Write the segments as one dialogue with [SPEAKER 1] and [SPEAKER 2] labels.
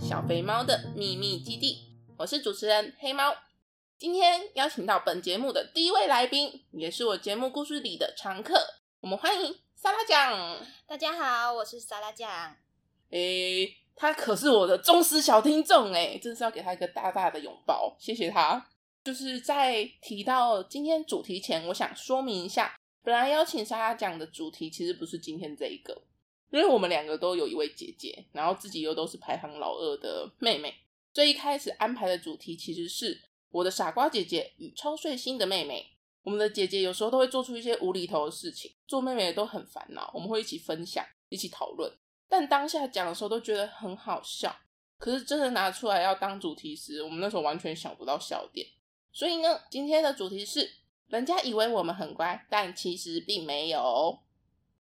[SPEAKER 1] 小肥猫的秘密基地，我是主持人黑猫。今天邀请到本节目的第一位来宾，也是我节目故事里的常客，我们欢迎沙拉酱。
[SPEAKER 2] 大家好，我是沙拉酱。
[SPEAKER 1] 诶、他可是我的忠实小听众诶，真是要给他一个大大的拥抱，谢谢他。就是在提到今天主题前，我想说明一下，本来邀请莎莎讲的主题其实不是今天这一个，因为我们两个都有一位姐姐，然后自己又都是排行老二的妹妹，所以一开始安排的主题其实是我的傻瓜姐姐与超睡星的妹妹。我们的姐姐有时候都会做出一些无厘头的事情，做妹妹也都很烦恼，我们会一起分享，一起讨论。但当下讲的时候都觉得很好笑，可是真的拿出来要当主题时，我们那时候完全想不到笑点。所以呢，今天的主题是：人家以为我们很乖，但其实并没有。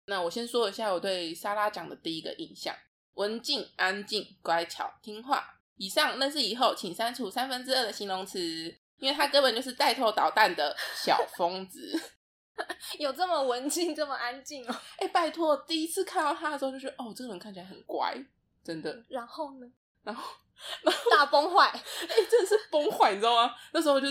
[SPEAKER 1] 那我先说一下我对莎拉讲的第一个印象：文静、安静、乖巧、听话。以上认识以后，请删除三分之二的形容词，因为他根本就是带头捣蛋的小疯子。
[SPEAKER 2] 有这么文静，这么安静哦？
[SPEAKER 1] 哎、拜托，第一次看到他的时候就觉得，哦，这个人看起来很乖，真的。
[SPEAKER 2] 然后呢？
[SPEAKER 1] 然后
[SPEAKER 2] 大崩坏，
[SPEAKER 1] 哎、真的是崩坏，你知道吗？那时候就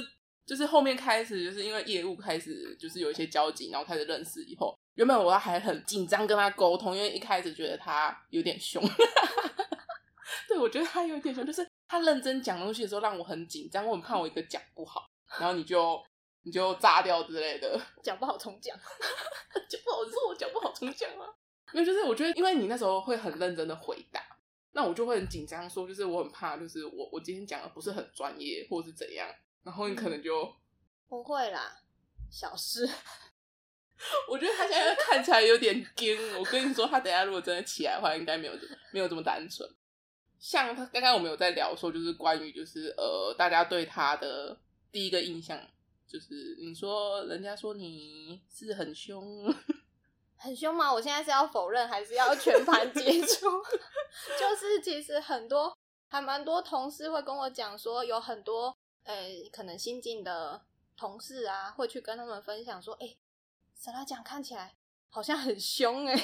[SPEAKER 1] 就是后面开始，就是因为业务开始就是有一些交集，然后开始认识以后，原本我还很紧张跟他沟通，因为一开始觉得他有点凶， 对我觉得他有点凶，就是他认真讲东西的时候让我很紧张，我很怕我一个讲不好，然后你就你就炸掉之类的。
[SPEAKER 2] 讲不好重讲。
[SPEAKER 1] 讲不好，你说我讲不好重讲啊吗？没有，就是我觉得，因为你那时候会很认真的回答，那我就会很紧张，说就是我很怕，就是我我今天讲的不是很专业，或是怎样，然后你可能就，
[SPEAKER 2] 不会啦，小事。
[SPEAKER 1] 我觉得他现在看起来有点惊。我跟你说，他等一下如果真的起来的话，应该没有这没有这么单纯。像他刚刚我们有在聊说，就是关于就是呃，大家对他的第一个印象，就是你说人家说你是很凶，
[SPEAKER 2] 很凶吗？我现在是要否认，还是要全盘接触？ 就是其实很多，还蛮多同事会跟我讲说，有很多诶、可能新进的同事啊，会去跟他们分享说，诶、沙拉酱看起来好像很凶诶、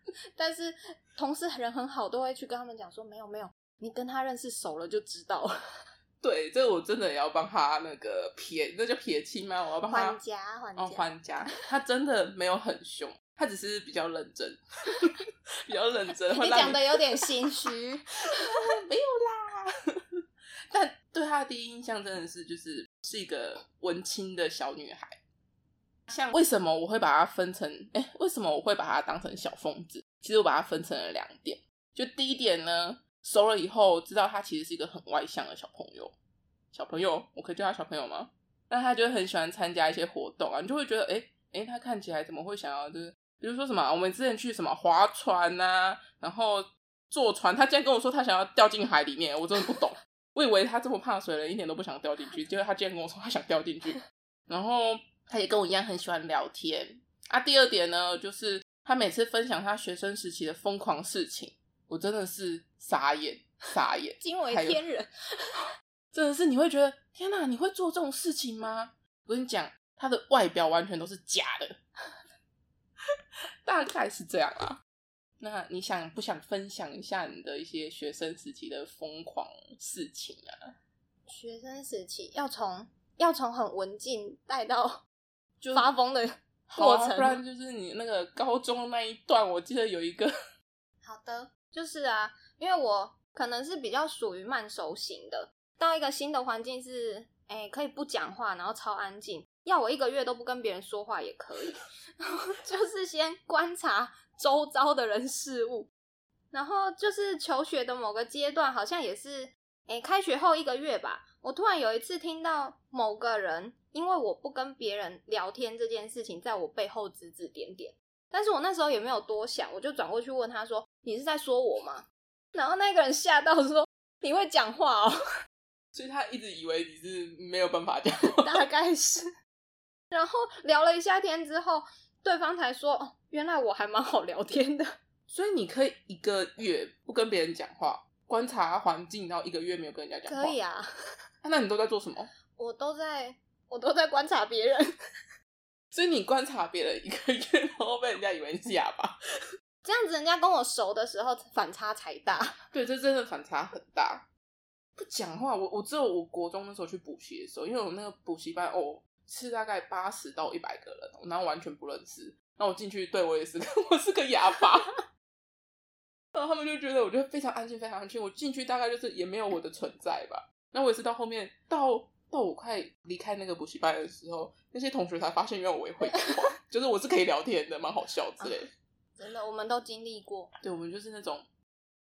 [SPEAKER 2] 但是同事人很好，都会去跟他们讲说，没有没有，你跟他认识熟了就知道了，
[SPEAKER 1] 对，这我真的也要帮他那个撇，那叫撇清吗？我要帮他
[SPEAKER 2] 还家还家，
[SPEAKER 1] 哦还家，他真的没有很凶，他只是比较认真， 比较认真，会
[SPEAKER 2] 你
[SPEAKER 1] 让
[SPEAKER 2] 讲的有点心虚，
[SPEAKER 1] 没有啦。但对她的第一印象真的是就是是一个文青的小女孩。像为什么我会把它分成，哎、为什么我会把它当成小疯子？其实我把它分成了两点。就第一点呢，熟了以后知道她其实是一个很外向的小朋友，小朋友，我可以叫她小朋友吗？那她就会很喜欢参加一些活动啊，你就会觉得，哎、哎、她看起来怎么会想要就是，比如说什么，我们之前去什么划船呐、然后坐船，她竟然跟我说她想要掉进海里面，我真的不懂，我以为她这么怕水了，一点都不想掉进去，结果她竟然跟我说她想掉进去，然后她也跟我一样很喜欢聊天啊。第二点呢，就是她每次分享她学生时期的疯狂事情，我真的是傻眼傻眼，
[SPEAKER 2] 惊为
[SPEAKER 1] 还有
[SPEAKER 2] 天人。
[SPEAKER 1] 真的是你会觉得天哪、你会做这种事情吗？我跟你讲，他的外表完全都是假的，大概是这样啊。那你想不想分享一下你的一些学生时期的疯狂事情啊？
[SPEAKER 2] 学生时期要从要从很文静带到发疯的过
[SPEAKER 1] 好啊
[SPEAKER 2] 程。
[SPEAKER 1] 不然就是你那个高中那一段，我记得有一个，
[SPEAKER 2] 好的，就是啊，因为我可能是比较属于慢熟型的，到一个新的环境是，哎、可以不讲话，然后超安静，要我一个月都不跟别人说话也可以， 就是先观察周遭的人事物，然后就是求学的某个阶段，好像也是，哎、开学后一个月吧，我突然有一次听到某个人因为我不跟别人聊天这件事情，在我背后指指点点。但是我那时候也没有多想，我就转过去问他说：“你是在说我吗？”然后那个人吓到说：“你会讲话哦
[SPEAKER 1] 所以他一直以为你是没有办法讲，？”
[SPEAKER 2] 大概是。 然后聊了一下天之后，对方才说：“哦，原来我还蛮好聊天的。
[SPEAKER 1] 所以你可以一个月不跟别人讲话，观察环境，然后一个月没有跟人家”讲话。
[SPEAKER 2] 可以啊，
[SPEAKER 1] 啊那你都在做什么？
[SPEAKER 2] 我都在，我都在观察别人。
[SPEAKER 1] 所以你观察别人一个月，然后被人家以为你是哑巴，
[SPEAKER 2] 这样子人家跟我熟的时候反差才大。
[SPEAKER 1] 对，这真的反差很大。不讲话，我我只有我国中那时候去补习的时候，因为我那个补习班哦是大概八十到一百个人，哦然后完全不认识，然后我进去，对我也是，我是个 哑巴。然后他们就觉得我就非常安静，非常安静。我进去大概就是也没有我的存在吧。那我也是到后面，到到我快离开那个补习班的时候，那些同学才发现，原来我也会讲话， 就是我是可以聊天的，蛮好笑之类的。
[SPEAKER 2] 真的，我们都经历过，
[SPEAKER 1] 对，我们就是那种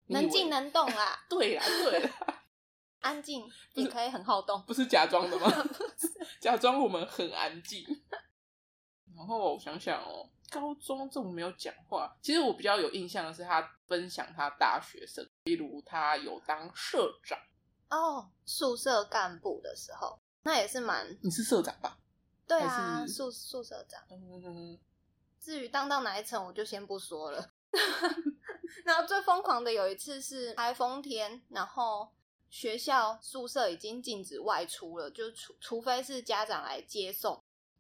[SPEAKER 1] 你以
[SPEAKER 2] 能
[SPEAKER 1] 为
[SPEAKER 2] 静能动啦，
[SPEAKER 1] 对啦，对啦，
[SPEAKER 2] 安静也可以很好 动。
[SPEAKER 1] 不是假装的吗？ 假装我们很安静。然后我想想哦，高中这种没有讲话，其实我比较有印象的是他分享他大学生，例如他有当社长，
[SPEAKER 2] 哦，宿舍干部的时候，那也是蛮
[SPEAKER 1] 你是社长吧？
[SPEAKER 2] 对啊，
[SPEAKER 1] 还是
[SPEAKER 2] 宿宿舍长。
[SPEAKER 1] 嗯，
[SPEAKER 2] 至于当到哪一层，我就先不说了。 然后最疯狂的有一次是台风天，然后学校宿舍已经禁止外出了，就除除非是家长来接送。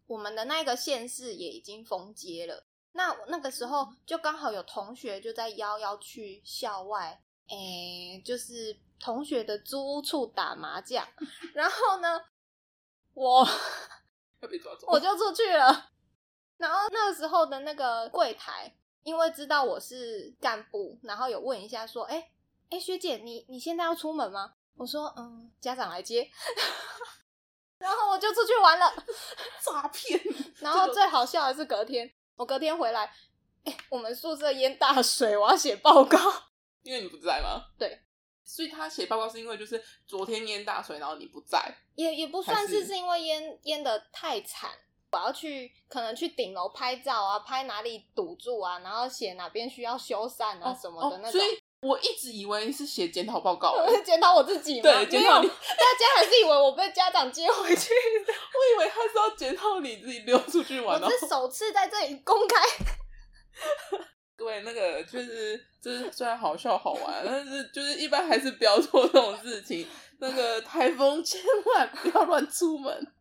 [SPEAKER 2] 我们的那个县市也已经封街了。那我那个时候就刚好有同学就在邀要去校外，诶、就是同学的租屋处打麻将。 然后呢，我
[SPEAKER 1] 要被抓走。
[SPEAKER 2] 我就出去了。然后那时候的那个柜台，因为知道我是干部，然后有问一下说：“哎、哎、学姐，你你现在要出门吗？”我说：“嗯，家长来接。” 然后我就出去玩了。
[SPEAKER 1] 诈骗，
[SPEAKER 2] 然后最好笑的是隔天，我隔天回来，哎、我们宿舍淹大水，我要写报告。
[SPEAKER 1] 因为你不在吗？
[SPEAKER 2] 对，
[SPEAKER 1] 所以他写报告是因为就是昨天淹大水，然后你不在，
[SPEAKER 2] 也也不算
[SPEAKER 1] 还
[SPEAKER 2] 是
[SPEAKER 1] 是
[SPEAKER 2] 是因为淹淹的太惨，我要去可能去顶楼拍照啊，拍哪里堵住啊，然后写哪边需要修缮啊什么的那
[SPEAKER 1] 哦
[SPEAKER 2] 种
[SPEAKER 1] 所。以我一直以为是写检讨报告，欸
[SPEAKER 2] 我
[SPEAKER 1] 我
[SPEAKER 2] 是检讨我自己吗？
[SPEAKER 1] 对检讨
[SPEAKER 2] 没
[SPEAKER 1] 你
[SPEAKER 2] 有大家还是以为我被家长接 回去，
[SPEAKER 1] 以为他是要检讨你自己溜出去玩，
[SPEAKER 2] 我
[SPEAKER 1] 然后
[SPEAKER 2] 是首次在这里公开。
[SPEAKER 1] 各位，那个就是就是虽然好笑好玩，但是就是一般还是不要做这种事情。那个台风千万不要乱出门。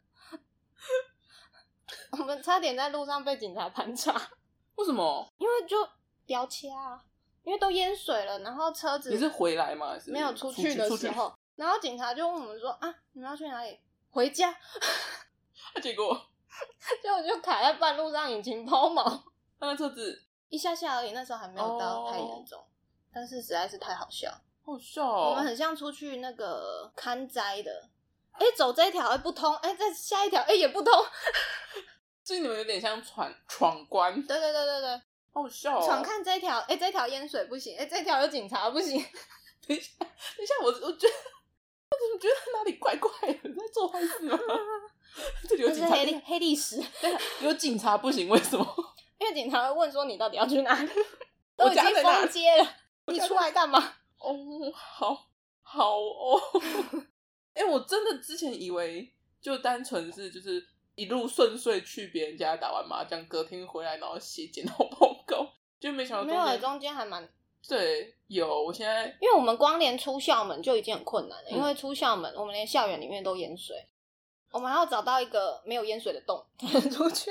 [SPEAKER 2] 我们差点在路上被警察盘查，
[SPEAKER 1] 为什么？
[SPEAKER 2] 因为就飙车啊，因为都淹水了，然后车子
[SPEAKER 1] 你是回来吗？还是
[SPEAKER 2] 没有
[SPEAKER 1] 出
[SPEAKER 2] 出去的
[SPEAKER 1] 出
[SPEAKER 2] 时候，然后警察就问我们说啊，你们要去哪里？回家。
[SPEAKER 1] 啊结果
[SPEAKER 2] 结果就卡在半路上，引擎 抛锚，
[SPEAKER 1] 那辆车子
[SPEAKER 2] 一下下而已，那时候还没有到
[SPEAKER 1] 哦
[SPEAKER 2] 太严重，但是实在是太好笑。
[SPEAKER 1] 好笑
[SPEAKER 2] 我们
[SPEAKER 1] 哦，
[SPEAKER 2] 很像出去那个看灾的，哎、走这一条哎、不通，哎、再下一条哎、也不通，
[SPEAKER 1] 所以你们有点像闯闯关，
[SPEAKER 2] 对对对对对，
[SPEAKER 1] 好笑、哦。
[SPEAKER 2] 闯看这一条，哎、这一条淹水不行，哎、这一条有警察不行，
[SPEAKER 1] 等一下，等一下，我我觉得我怎么觉得哪里怪怪的，在做坏事 吗？这里有
[SPEAKER 2] 这
[SPEAKER 1] 警
[SPEAKER 2] 是
[SPEAKER 1] 察，
[SPEAKER 2] 黑历黑历史，
[SPEAKER 1] 有警察不行，为什么？
[SPEAKER 2] 因为警察会问说你到底要去哪里，
[SPEAKER 1] 我
[SPEAKER 2] 都已经
[SPEAKER 1] 家在哪里
[SPEAKER 2] 封街了，
[SPEAKER 1] 我
[SPEAKER 2] 你
[SPEAKER 1] 家
[SPEAKER 2] 出
[SPEAKER 1] 在
[SPEAKER 2] 来干嘛？
[SPEAKER 1] 哦，好好 哦。哎、我真的之前以为就单纯是就是一路顺遂去别人家打完麻将，隔天回来然后写检讨报告，就没想到
[SPEAKER 2] 没有，
[SPEAKER 1] 哦
[SPEAKER 2] 啊
[SPEAKER 1] 中间
[SPEAKER 2] 中间还蛮
[SPEAKER 1] 对有。我现在
[SPEAKER 2] 因为我们光连出校门就已经很困难了，
[SPEAKER 1] 嗯
[SPEAKER 2] 因为出校门，我们连校园里面都淹水，我们还要找到一个没有淹水的洞 出去，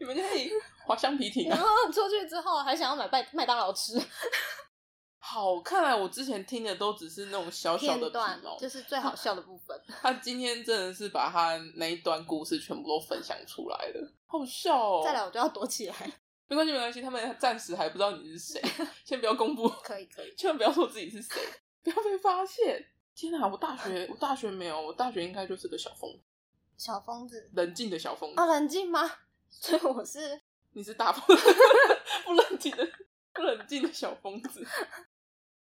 [SPEAKER 1] 你们可以滑橡皮艇
[SPEAKER 2] 然
[SPEAKER 1] 啊。
[SPEAKER 2] 后出去之后还想要买麦麦当劳吃，
[SPEAKER 1] 好，看来我之前听的都只是那种小小
[SPEAKER 2] 片
[SPEAKER 1] 的题
[SPEAKER 2] 段
[SPEAKER 1] 目。
[SPEAKER 2] 就是最好笑的部分。
[SPEAKER 1] 他今天真的是把他那一段故事全部都分享出来了，好笑哦。
[SPEAKER 2] 再来我就要 躲起来，
[SPEAKER 1] 没关系，没关系，他们暂时还不知道你是 谁，先不要公布。
[SPEAKER 2] 可以可以，
[SPEAKER 1] 千万不要说自己是谁，不要被发现。天哪，我大学我大学没有，我大学应该就是个小疯子，
[SPEAKER 2] 小疯子
[SPEAKER 1] 冷静的小疯子。
[SPEAKER 2] 啊，冷静吗？所以我是
[SPEAKER 1] 你是大疯子， 不冷静的不冷静的小疯子。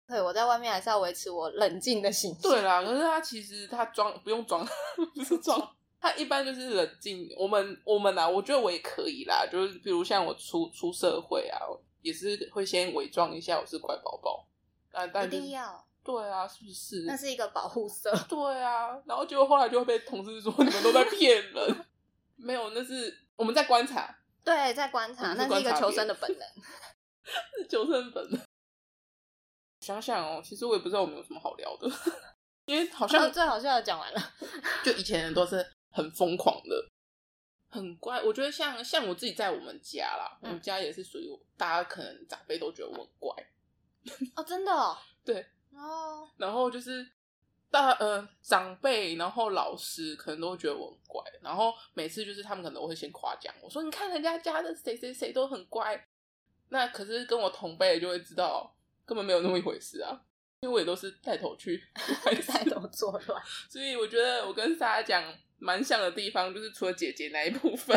[SPEAKER 2] 对我在外面还是要维持我冷静的形象。
[SPEAKER 1] 对啦，可是他其实他装不用装， 不是装，他一般就是冷静。我们我们啊，我觉得我也可以啦，就是比如像我出出社会啊，也是会先伪装一下我是乖宝宝。但 但
[SPEAKER 2] 一
[SPEAKER 1] 就是
[SPEAKER 2] 定要，
[SPEAKER 1] 对啊，是不是？
[SPEAKER 2] 那是一个保护色。
[SPEAKER 1] 对啊，然后结果后来就会被同事说你们都在骗人，没有，那是我们在观察，
[SPEAKER 2] 对，在观察，
[SPEAKER 1] 我们
[SPEAKER 2] 那
[SPEAKER 1] 是
[SPEAKER 2] 是一个
[SPEAKER 1] 嗯观察
[SPEAKER 2] 求
[SPEAKER 1] 别人
[SPEAKER 2] 生的本能。
[SPEAKER 1] 是求生本能。想想哦，其实我也不知道我们有什么好聊的，因为好
[SPEAKER 2] 然后
[SPEAKER 1] 像
[SPEAKER 2] 最好笑的讲完了。
[SPEAKER 1] 就以前人都是很疯狂的，很乖。我觉得像像我自己在我们家啦，我
[SPEAKER 2] 嗯
[SPEAKER 1] 们家也是属于大家可能长辈都觉得我很乖，
[SPEAKER 2] 哦，真的哦，
[SPEAKER 1] 对，
[SPEAKER 2] 哦，
[SPEAKER 1] 然后就是大呃长辈，然后老师可能都会觉得我很乖，然后每次就是他们可能都会先夸奖我说：“你看人家家的谁谁谁都很乖。”那可是跟我同辈的就会知道根本没有那么一回事啊，因为我也都是带头去带
[SPEAKER 2] 带头作乱，
[SPEAKER 1] 所以我觉得我跟莎莎讲蛮像的地方，就是除了姐姐那一部分，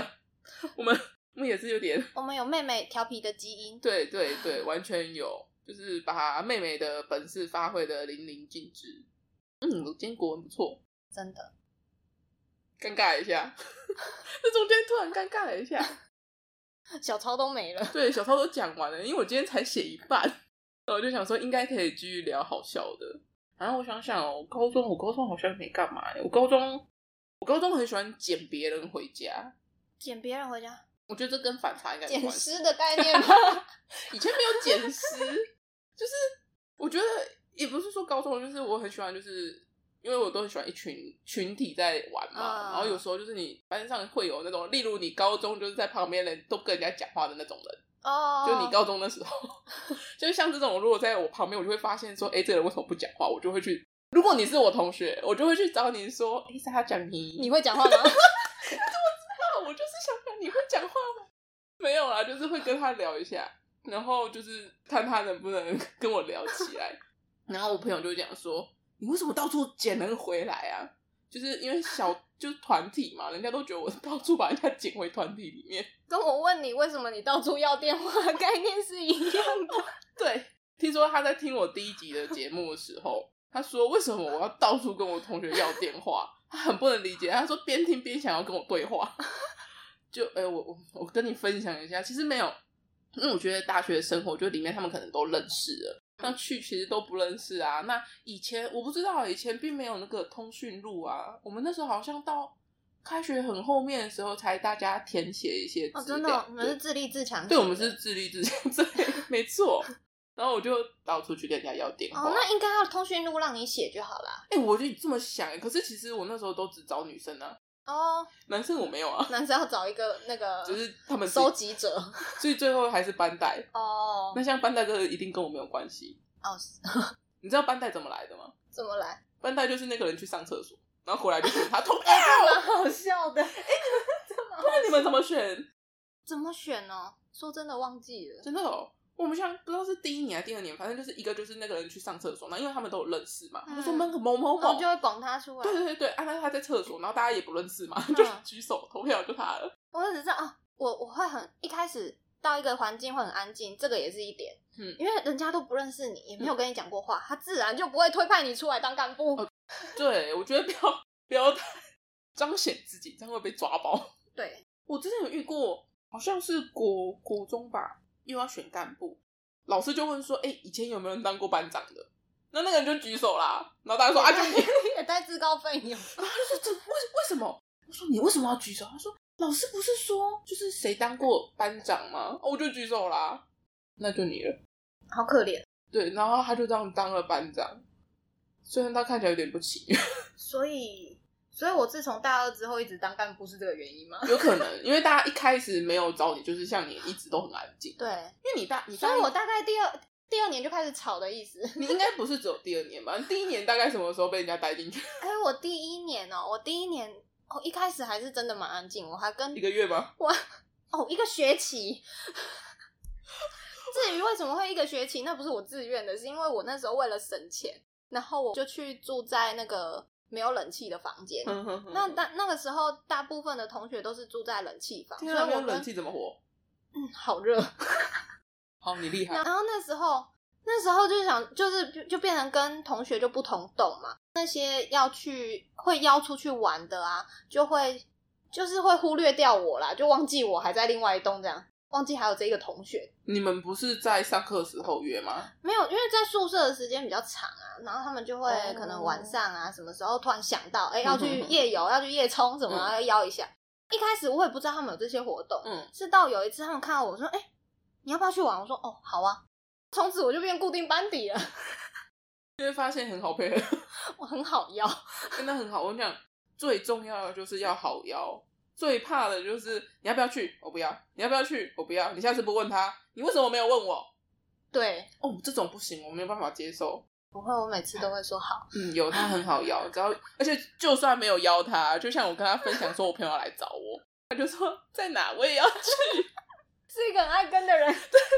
[SPEAKER 1] 我们我们也是有点
[SPEAKER 2] 我们有妹妹调皮的基因，
[SPEAKER 1] 对对对，完全有，就是把妹妹的本事发挥的淋漓尽致。嗯，我今天国文不错，
[SPEAKER 2] 真的。
[SPEAKER 1] 尴尬一 下，这中间突然尴尬了一下。
[SPEAKER 2] 小抄都没了，
[SPEAKER 1] 对，小抄都讲完了，因为我今天才写一半， 然后我就想说应该可以继续聊好笑的。然后我想想哦，我高中我高中好像没干嘛耶，我高中我高中很喜欢捡别人回家，
[SPEAKER 2] 捡别人回家，
[SPEAKER 1] 我觉得这跟反差应该有
[SPEAKER 2] 捡
[SPEAKER 1] 关系。
[SPEAKER 2] 尸的概念吗？
[SPEAKER 1] 以前没有 捡尸，就是我觉得也不是说高中，就是我很喜欢，就是因为我都很喜欢一群群体在玩嘛，
[SPEAKER 2] 嗯
[SPEAKER 1] 然后有时候就是你班上会有那种，例如你高中就是在旁边人都跟人家讲话的那种人，
[SPEAKER 2] 哦，
[SPEAKER 1] 就你高中的时候， 就是像这种，如果在我旁边，我就会发现说，哎，这个人为什么不讲话？我就会去。如果你是我同学，我就会去找你说，哎，是他讲你，
[SPEAKER 2] 你会讲话吗？
[SPEAKER 1] 啊，我就是想想你会讲话吗？没有啦，就是会跟他聊一下，然后就是看他能不能 跟我聊起来。然后我朋友就会讲说：“你为什么到处捡人回来啊？”就是因为小就是团体嘛，人家都觉得我到处把人家捡回团体里面。
[SPEAKER 2] 跟我问你为什么你到处要电话的概念是一样 的。
[SPEAKER 1] 对，听说他在听我第一集的节目的时候，他说：“为什么我要到处跟我同学要电话？”他很不能理解，他说边听边想要跟我对话。 就哎、我我我跟你分享一下，其实没有，因为我觉得大学生活，就里面他们可能都认识了，那去其实都不认识啊。那以前我不知道，以前并没有那个通讯录啊，我们那时候好像到开学很后面的时候才大家填写一些
[SPEAKER 2] 哦，
[SPEAKER 1] 资
[SPEAKER 2] 真的
[SPEAKER 1] 料
[SPEAKER 2] 哦，你们
[SPEAKER 1] 对
[SPEAKER 2] 是自立自强型的。
[SPEAKER 1] 对，我们是自立自强， 对，没错。然后我就到处去跟人家要电话。
[SPEAKER 2] 哦，那应该要通讯录让你写就好啦。
[SPEAKER 1] 哎、我就这么想，欸可是其实我那时候都只找女生啊，
[SPEAKER 2] 哦，
[SPEAKER 1] 男生我没有啊，
[SPEAKER 2] 男生要找一个那个，
[SPEAKER 1] 只是他们自己
[SPEAKER 2] 收集者。
[SPEAKER 1] 所以最后还是班带。
[SPEAKER 2] 哦
[SPEAKER 1] 那像班带这个一定跟我没有关系。
[SPEAKER 2] 哦，
[SPEAKER 1] 你知道班带怎么来的吗？
[SPEAKER 2] 怎么来？
[SPEAKER 1] 班带就是那个人去上厕所，然后回来就选他同学。
[SPEAKER 2] 蛮好笑的。
[SPEAKER 1] 那你们怎么选？
[SPEAKER 2] 怎么选呢？说真的忘记了。
[SPEAKER 1] 真的哦，我们像不知道是第一年还是第二年，反正就是一个就是那个人去上厕所，那因为他们都有认识嘛，他就说
[SPEAKER 2] 嗯
[SPEAKER 1] 那个某某
[SPEAKER 2] 然
[SPEAKER 1] 某
[SPEAKER 2] 后就会拱他出
[SPEAKER 1] 对
[SPEAKER 2] 来。
[SPEAKER 1] 对对对，啊，那他在厕所，然后大家也不认识 嘛，
[SPEAKER 2] 嗯
[SPEAKER 1] 就举手投票就他了。
[SPEAKER 2] 我只知道哦，我我会很一开始到一个环境会很安静，这个也是一点。
[SPEAKER 1] 嗯
[SPEAKER 2] 因为人家都不认识你，也没有跟你讲过话，他自然就不会推派你出来当干部。
[SPEAKER 1] 对，我觉得不要不要太彰显自己，这样会被抓包。
[SPEAKER 2] 对，
[SPEAKER 1] 我之前有遇过，好像是国国中吧，又要选干部，老师就问说，哎、以前有没有人当过班长的？那那个人就举手啦，然后大家说啊，就 你。
[SPEAKER 2] 也太自告奋勇。
[SPEAKER 1] 然后他就说这为为什么？我说你为什么要举手？他说老师不是说就是谁当过班长吗？哦我就举手啦，那就你了。
[SPEAKER 2] 好可怜。
[SPEAKER 1] 对，然后他就这样当了班长，虽然他看起来有点不情 愿，
[SPEAKER 2] 所以，所以我自从大二之后一直当干部是这个原因吗？
[SPEAKER 1] 有可能因为大家一开始没有找你，就是像你一直都很安静，
[SPEAKER 2] 对，
[SPEAKER 1] 因为你大你
[SPEAKER 2] 所
[SPEAKER 1] 大
[SPEAKER 2] 以
[SPEAKER 1] 一
[SPEAKER 2] 我大概第二第二年就开始吵的意 思。
[SPEAKER 1] 你应该不是只有第二年吧？第一年大概什么时候被人家带进去？
[SPEAKER 2] 哎，我第一年哦，我第一年哦，一开始还是真的蛮安静，我还跟
[SPEAKER 1] 一个月 吗？
[SPEAKER 2] 我哦一个学期。 至于为什么会一个学期，那不是我自愿的，是因为我那时候为了省钱，然后我就去住在那个没有冷气的房间。
[SPEAKER 1] 哼哼哼
[SPEAKER 2] 那大那个时候，大部分的同学都是住在冷气房，所以
[SPEAKER 1] 天啊，没有
[SPEAKER 2] 我
[SPEAKER 1] 冷
[SPEAKER 2] 跟
[SPEAKER 1] 气怎么活？
[SPEAKER 2] 嗯好热。
[SPEAKER 1] 好，你厉害
[SPEAKER 2] 然后那时候，那时候就想，就是就就变成跟同学就不同栋嘛。那些要去会邀出去玩的啊，就会就是会忽略掉我啦，就忘记我还在另外一栋这样，忘记还有这一个同学。
[SPEAKER 1] 你们不是在上课时候约吗？
[SPEAKER 2] 没有，因为在宿舍的时间比较长啊，然后他们就会
[SPEAKER 1] 哦
[SPEAKER 2] 可能晚上啊，什么时候突然想到，哎、要去夜游，要去夜冲什么，啊
[SPEAKER 1] 嗯
[SPEAKER 2] 要邀一下。一开始我也不知道他们有这些活动，
[SPEAKER 1] 嗯，
[SPEAKER 2] 是到有一次他们看到我说：“哎、你要不要去玩？”我说：“哦，好啊。”从此我就变固定班底了，
[SPEAKER 1] 就会发现很好配合，
[SPEAKER 2] 我很好邀。
[SPEAKER 1] 真的很好。我跟你讲，最重要的就是要好邀，最怕的就是你要不要去，我不要；你要不要去，我不要。你下次不问他，你为什么没有问我？
[SPEAKER 2] 对，
[SPEAKER 1] 哦，这种不行，我没有办法接受。
[SPEAKER 2] 不会，我每次都会说好。
[SPEAKER 1] 嗯，有他很好 邀，只要而且就算没有邀他，就像我跟他分享说，我朋友要来找我，他就说在哪我也要 去，
[SPEAKER 2] 是一个很爱跟的人，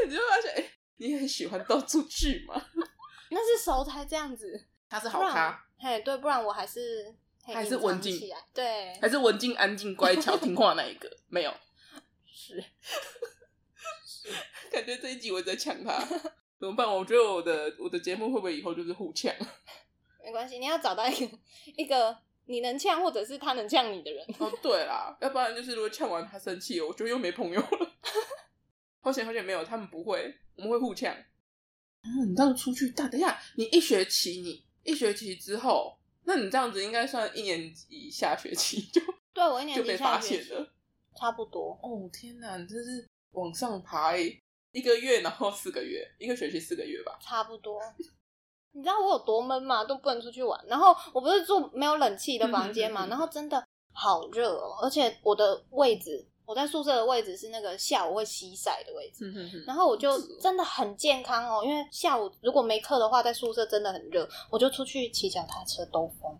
[SPEAKER 1] 你就发现哎、你很喜欢到处去嘛。
[SPEAKER 2] 那是熟才这样子。
[SPEAKER 1] 他是好
[SPEAKER 2] 不然
[SPEAKER 1] 咖，，
[SPEAKER 2] 嘿，对，不然我还是嘿
[SPEAKER 1] 还是文
[SPEAKER 2] 隐藏
[SPEAKER 1] 静
[SPEAKER 2] 起来，对，
[SPEAKER 1] 还是文静、安静、乖巧、听话那一 个？没有，
[SPEAKER 2] 是
[SPEAKER 1] 感觉这一集我一直在呛 他，怎么办？我觉得我的我的节目会不会以后就是互呛？
[SPEAKER 2] 没关系，你要找到一个 一个你能呛，或者是他能呛你的人。
[SPEAKER 1] 哦，对啦，要不然就是如果呛完他生气，我就又没朋友了。 好险好险没有，他们不会，我们会互呛。嗯，你这样出去大，等一下你一学期你一学期之后，那你这样子应该算一年级下学期就
[SPEAKER 2] 对我一年
[SPEAKER 1] 就
[SPEAKER 2] 级
[SPEAKER 1] 被
[SPEAKER 2] 下
[SPEAKER 1] 发
[SPEAKER 2] 学
[SPEAKER 1] 现
[SPEAKER 2] 期
[SPEAKER 1] 了。
[SPEAKER 2] 差不多，
[SPEAKER 1] 哦天哪，你真是往上爬、欸，一个月然后四个月，一个学期四个月吧。
[SPEAKER 2] 差不多。你知道我有多闷吗？都不能出去玩。然后我不是住没有冷气的房间嘛，
[SPEAKER 1] 嗯嗯嗯嗯
[SPEAKER 2] 然后真的好热哦，而且我的位置，我在宿舍的位置是那个下午会西晒的位置。
[SPEAKER 1] 嗯哼哼，
[SPEAKER 2] 然后我就
[SPEAKER 1] 好热哦
[SPEAKER 2] 真的很健康哦，因为下午如果没课的话，在宿舍真的很热，我就出去骑脚踏车兜风，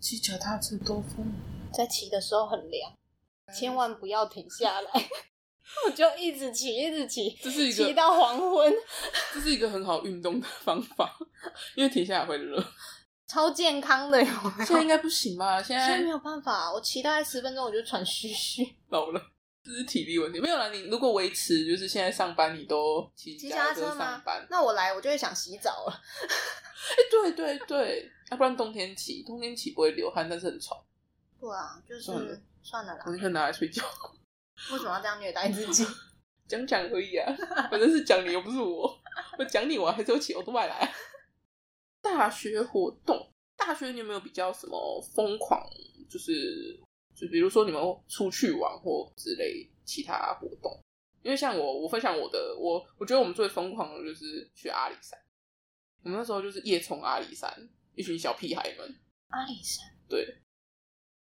[SPEAKER 1] 骑脚踏车兜风，
[SPEAKER 2] 在骑的时候很凉，千万不要停下来， 我就一直骑，一直骑，
[SPEAKER 1] 这是一
[SPEAKER 2] 骑
[SPEAKER 1] 个
[SPEAKER 2] 到黄昏，
[SPEAKER 1] 这是一个很好运动的方法，因为停下来会热。
[SPEAKER 2] 超健康的哟。
[SPEAKER 1] 现在应该不行吧？现
[SPEAKER 2] 现在
[SPEAKER 1] 在
[SPEAKER 2] 没有办法，我骑大概十分钟我就喘吁吁。
[SPEAKER 1] 老了，这是体力问题。没有啦，你如果维持就是现在上班，你都骑
[SPEAKER 2] 骑
[SPEAKER 1] 脚
[SPEAKER 2] 脚
[SPEAKER 1] 踏
[SPEAKER 2] 踏
[SPEAKER 1] 车
[SPEAKER 2] 车
[SPEAKER 1] 上
[SPEAKER 2] 吗
[SPEAKER 1] 班。？
[SPEAKER 2] 那我来，我就会想洗澡了。
[SPEAKER 1] 哎、对对对，要、不然冬天骑，冬天骑不会流汗，但是很喘，
[SPEAKER 2] 对啊，就是
[SPEAKER 1] 算了
[SPEAKER 2] 算了啦
[SPEAKER 1] 我，就可以拿来睡觉，
[SPEAKER 2] 为什么要这样虐待自己？
[SPEAKER 1] 讲讲而已啊。 反正是讲你又不是我， 我讲你我还是会骑欧都外来啊。大学活动，大学你有没有比较什么疯狂？就是就比如说你们出去玩或之类其他活动？因为像我，我分享我的，我我觉得我们最疯狂的就是去阿里山。我们那时候就是夜冲阿里山，一群小屁孩们。
[SPEAKER 2] 阿里山。
[SPEAKER 1] 对。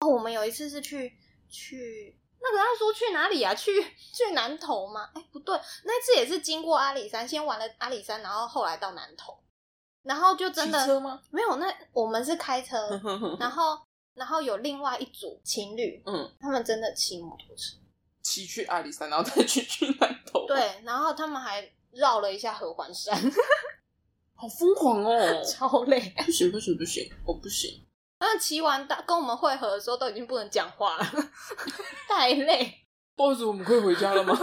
[SPEAKER 2] 哦，我们有一次是去去那个，他说去哪里啊？去去南投吗？ 哎，不对，那次也是经过阿里山，先玩了阿里山，然后后来到南投，然后就真
[SPEAKER 1] 骑车
[SPEAKER 2] 的
[SPEAKER 1] 吗？
[SPEAKER 2] 没有。那我们是 开车，然后然后有另外一组情侣，
[SPEAKER 1] 嗯，
[SPEAKER 2] 他们真的骑摩托车，
[SPEAKER 1] 骑去阿里山，然后再去去南投。，
[SPEAKER 2] 对，然后他们还绕了一下合欢山，
[SPEAKER 1] 好疯狂哦！
[SPEAKER 2] 超累。
[SPEAKER 1] 不行不行不行，我不行。
[SPEAKER 2] 那骑完到跟我们会合的时候，都已经不能讲话了， 太累。
[SPEAKER 1] 不好意思，我们可以回家了吗？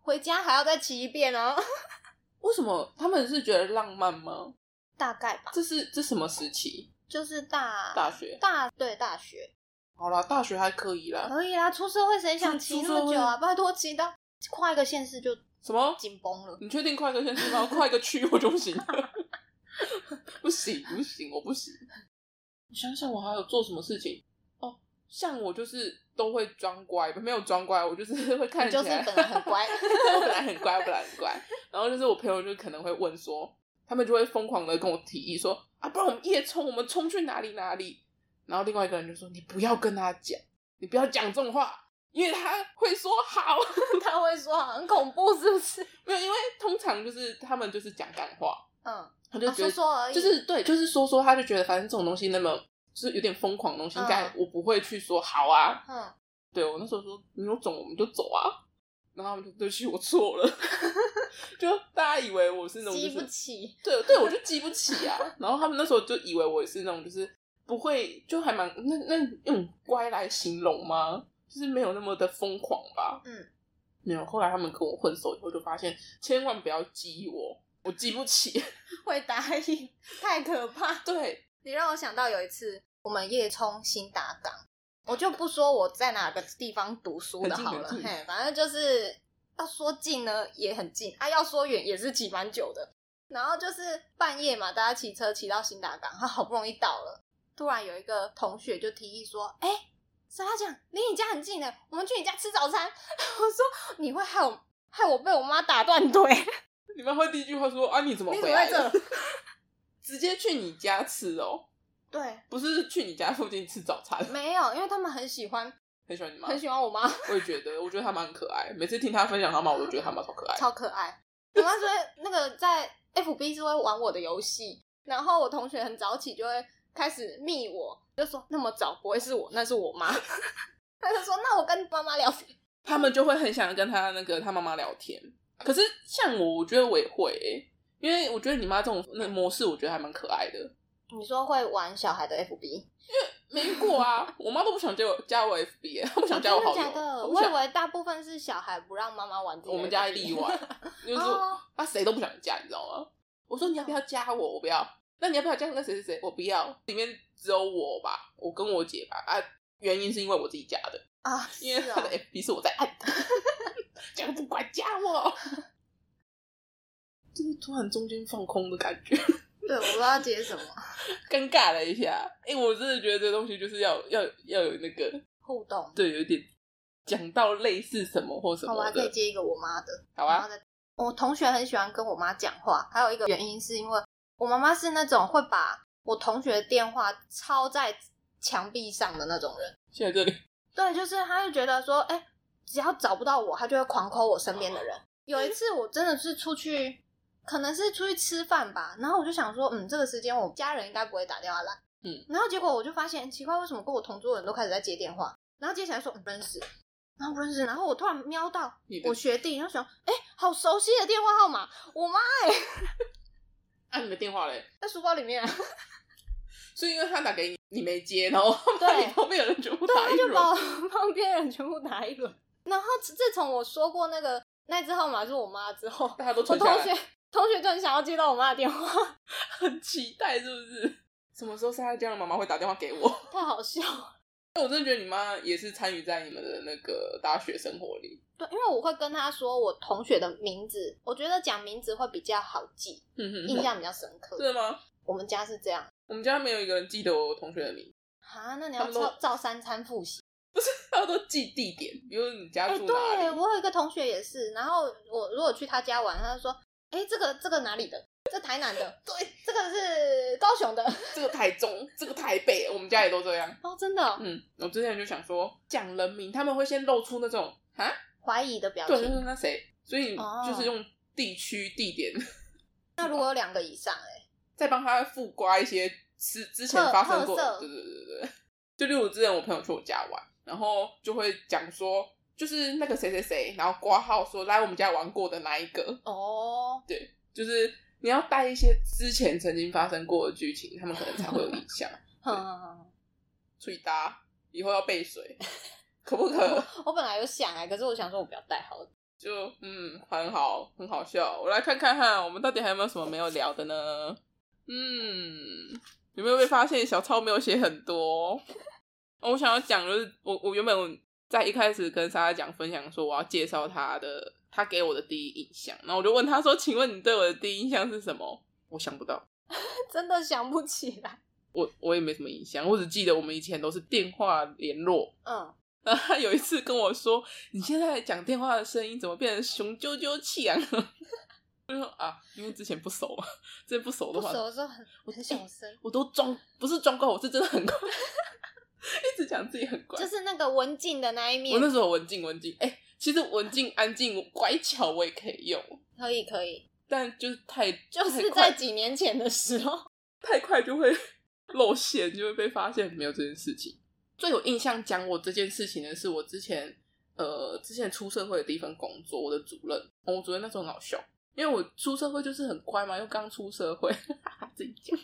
[SPEAKER 2] 回家还要再骑一遍哦，
[SPEAKER 1] 为什么他们是觉得浪漫吗？
[SPEAKER 2] 大概吧，
[SPEAKER 1] 这是这什么时期？
[SPEAKER 2] 就是大
[SPEAKER 1] 大学？
[SPEAKER 2] 大对大学
[SPEAKER 1] 好啦，大学还可以啦。
[SPEAKER 2] 可以啦。出社会谁想骑那么久啊？拜托，骑到跨一个县市 就
[SPEAKER 1] 什么？
[SPEAKER 2] 紧绷了。
[SPEAKER 1] 你确定快个县市 吗？快个区我就不行了。 不行不行，我不行。我想想，我还有做什么事情？哦，像我就是都会装乖，没有装乖，我就是会 看
[SPEAKER 2] 你
[SPEAKER 1] 起
[SPEAKER 2] 就是
[SPEAKER 1] 来
[SPEAKER 2] 本来 很乖
[SPEAKER 1] 我本来很乖，我本来很乖。然后就是我朋友就可能会问说，他们就会疯狂的跟我提议说啊，不然我们夜冲，我们冲去哪里哪里。然后另外一个人就说，你不要跟他讲，你不要讲这种话，因为他会说好。
[SPEAKER 2] 他会说很恐怖，是不是？
[SPEAKER 1] 没有，因为通常就是他们就是讲干话，
[SPEAKER 2] 嗯，
[SPEAKER 1] 他就
[SPEAKER 2] 啊
[SPEAKER 1] 觉得、
[SPEAKER 2] 说说而已，
[SPEAKER 1] 就是对，就是说说，他就觉得反正这种东西那么就是有点疯狂的东西，应该
[SPEAKER 2] 嗯
[SPEAKER 1] 我不会去说好啊。
[SPEAKER 2] 嗯，
[SPEAKER 1] 对我那时候说你有种我们就走啊，然后他们就对不起我错了， 就大家以为我是那种就
[SPEAKER 2] 激不
[SPEAKER 1] 是
[SPEAKER 2] 起。
[SPEAKER 1] 对对，我就记不起啊。然后他们那时候就以为我是那种就是不会，就还蛮那那用乖来形容吗？就是没有那么的疯狂吧。
[SPEAKER 2] 嗯，
[SPEAKER 1] 没有。后来他们跟我混熟以后，就发现千万不要激我，我记不起。
[SPEAKER 2] 会答应，太可怕。
[SPEAKER 1] 对，
[SPEAKER 2] 你让我想到有一次我们夜冲新达港，我就不说我在哪个地方读书的好了，
[SPEAKER 1] 很近很近
[SPEAKER 2] 嘿，反正就是要说近呢也很近，啊要说远也是骑蛮久的。然后就是半夜嘛，大家骑车骑到新达港，他好不容易到了，突然有一个同学就提议说：“哎、沙拉酱离你家很近的，我们去你家吃早餐。”我说：“你会害我害我被我妈打断腿，
[SPEAKER 1] 你们会第一句话说啊，你怎么
[SPEAKER 2] 你怎
[SPEAKER 1] 回
[SPEAKER 2] 么
[SPEAKER 1] 来
[SPEAKER 2] 在
[SPEAKER 1] 了？
[SPEAKER 2] 这？”
[SPEAKER 1] 直接去你家吃哦，
[SPEAKER 2] 对，
[SPEAKER 1] 不是去你家附近吃早餐，
[SPEAKER 2] 没有，因为他们很喜欢
[SPEAKER 1] 很喜欢你妈，
[SPEAKER 2] 很喜欢我妈，
[SPEAKER 1] 我也觉得，我觉得她蛮可爱。每次听她分享她妈，我都觉得她妈超可爱。
[SPEAKER 2] 超可爱。我妈说那个在 FB 是会玩我的游戏，然后我同学很早起就会开始密我，就说那么早不会是我，那是我 妈。他就说那我跟妈妈聊天，
[SPEAKER 1] 他们就会很想跟她那个她妈妈聊天。可是像我，我觉得我也会、欸，因为我觉得你妈这种那模式，我觉得还蛮可爱的。
[SPEAKER 2] 你说会玩小孩的 FB，
[SPEAKER 1] 没遇过啊，我妈都不想加我加我 FB，、欸、她不想加我
[SPEAKER 2] 哦真
[SPEAKER 1] 好
[SPEAKER 2] 的
[SPEAKER 1] 友。
[SPEAKER 2] 假的？
[SPEAKER 1] 她不
[SPEAKER 2] 我
[SPEAKER 1] 想
[SPEAKER 2] 以为大部分是小孩不让妈妈玩自己的 FB。
[SPEAKER 1] 我们家例外，就是
[SPEAKER 2] 哦
[SPEAKER 1] 他谁都不想加，你知道吗？我说你要不要加我？我不要。那你要不要加那个谁谁谁？我不要。里面只有我吧，我跟我姐吧。啊，原因是因为我自己加的，
[SPEAKER 2] 啊，
[SPEAKER 1] 因为
[SPEAKER 2] 是
[SPEAKER 1] 他的
[SPEAKER 2] 哦
[SPEAKER 1] FB 是我在按的，这个不管加我。就是突然中间放空的感觉，
[SPEAKER 2] 对，我不知道接什么
[SPEAKER 1] 尴尬了一下。哎、我真的觉得这东西就是要要要有那个，
[SPEAKER 2] 互动。
[SPEAKER 1] 对，有一点讲到类似什么或什
[SPEAKER 2] 好，我
[SPEAKER 1] 么
[SPEAKER 2] 还可以
[SPEAKER 1] 的，
[SPEAKER 2] 接一个我妈的。
[SPEAKER 1] 好
[SPEAKER 2] 然
[SPEAKER 1] 啊
[SPEAKER 2] 后。再我同学很喜欢跟我妈讲话，还有一个原因是因为我妈妈是那种会把我同学的电话抄在墙壁上的那种人。
[SPEAKER 1] 现在这里，
[SPEAKER 2] 对，就是她就觉得说，哎、只要找不到我，她就会狂抠我身边的人。有一次我真的是出去，可能是出去吃饭吧，然后我就想说，嗯，这个时间我家人应该不会打电话来，
[SPEAKER 1] 嗯，
[SPEAKER 2] 然后结果我就发现奇怪，为什么跟我同桌的人都开始在接电话，然后接起来说嗯不认识，然后不认识，然后我突然瞄到
[SPEAKER 1] 你的
[SPEAKER 2] 我学弟，然后想，哎、好熟悉的电话号码，我妈
[SPEAKER 1] 按、你的电话嘞。
[SPEAKER 2] 在书包里面、啊，
[SPEAKER 1] 所以因为他打给你，你没接，然后
[SPEAKER 2] 对
[SPEAKER 1] 你旁边有人全部
[SPEAKER 2] 对，啊
[SPEAKER 1] 打
[SPEAKER 2] 他
[SPEAKER 1] 一
[SPEAKER 2] 就
[SPEAKER 1] 轮
[SPEAKER 2] 把，我旁边人全部打一轮。然后自自从我说过那个那只号码是我妈之 后，
[SPEAKER 1] 大家都
[SPEAKER 2] 我
[SPEAKER 1] 存下
[SPEAKER 2] 同
[SPEAKER 1] 来，
[SPEAKER 2] 学同学就很想要接到我妈的电话，
[SPEAKER 1] 很期待是不是？ 什么时候莎这样的妈妈会打电话给我？
[SPEAKER 2] 太好笑了。
[SPEAKER 1] 我真的觉得你妈也是参与在你们的那个大学生活里。
[SPEAKER 2] 对，因为我会跟他说我同学的名字，我觉得讲名字会比较好记，
[SPEAKER 1] 嗯哼
[SPEAKER 2] 印
[SPEAKER 1] 哼，
[SPEAKER 2] 象比较深刻。
[SPEAKER 1] 真的吗？
[SPEAKER 2] 我们家是这样
[SPEAKER 1] 我们家没有一个人记得我同学的名字，
[SPEAKER 2] 啊，那你
[SPEAKER 1] 他
[SPEAKER 2] 要
[SPEAKER 1] 们都
[SPEAKER 2] 照照三餐复习。
[SPEAKER 1] 大家都记地点，比如你家
[SPEAKER 2] 哎、
[SPEAKER 1] 住
[SPEAKER 2] 对
[SPEAKER 1] 哪里，
[SPEAKER 2] 我有一个同学也是，然后我如果去他家玩，他就说，哎、这个这个哪里的？这台南 的，对，这个是高雄的。
[SPEAKER 1] 这个台中，这个台北，我们家也都这样。
[SPEAKER 2] 哦，真的哦
[SPEAKER 1] 嗯，我之前就想说讲人名，他们会先露出那种啊，
[SPEAKER 2] 怀疑的表
[SPEAKER 1] 对，就是
[SPEAKER 2] 情。
[SPEAKER 1] 那谁，所以
[SPEAKER 2] 哦
[SPEAKER 1] 就是用地区地点
[SPEAKER 2] 那如果有两个以上、哎，
[SPEAKER 1] 再帮他复刮一些之之前发生过的，
[SPEAKER 2] 特特色
[SPEAKER 1] 对对对对对。就例如之前我朋友去我家玩，然后就会讲说，就是那个谁谁谁，然后挂号说来我们家玩过的那一个，
[SPEAKER 2] 哦，
[SPEAKER 1] 就是你要带一些之前曾经发生过的剧情，他们可能才会有印象。
[SPEAKER 2] 哼，
[SPEAKER 1] 所以大家以后要背水，可不可？
[SPEAKER 2] 我本来有想哎、可是我想说我不要带好了。
[SPEAKER 1] 就嗯，很好，很好笑。我来看看哈，我们到底还有没有什么没有聊的呢？嗯，有没有被发现小超没有写很多？哦我想要讲就是，我我原本在一开始跟莎莎讲分享说我要介绍她的，她给我的第一印象，然后我就问她说：“请问你对我的第一印象是什么？”我想不到，
[SPEAKER 2] 真的想不起来。
[SPEAKER 1] 我我也没什么印象，我只记得我们以前都是电话联络，
[SPEAKER 2] 嗯，
[SPEAKER 1] 然后他 有一次跟我说：“你现在讲电话的声音怎么变成雄赳赳气昂了？” 我就说：“啊，因为之前不熟嘛，之前不熟的
[SPEAKER 2] 不
[SPEAKER 1] 话，
[SPEAKER 2] 熟的时候很
[SPEAKER 1] 我哎
[SPEAKER 2] 很小声。
[SPEAKER 1] 我都装不是装乖，我是真的很乖， 一直讲自己很乖。
[SPEAKER 2] 就是那个文静的那一面
[SPEAKER 1] 我。那时候文静文静，哎、其实文静安静乖巧我也可以用，
[SPEAKER 2] 可以可以，
[SPEAKER 1] 但就是太
[SPEAKER 2] 就是
[SPEAKER 1] 太
[SPEAKER 2] 在
[SPEAKER 1] 快
[SPEAKER 2] 几年前的时 候。
[SPEAKER 1] 太快就会 露馅，就会被发现没有这件事情。最有印象讲我这件事情的是我之前呃之前出社会的第一份工作，我的主任，哦我主任那时候很好笑，因为我出社会就是很乖嘛，又刚出社会， 自己讲，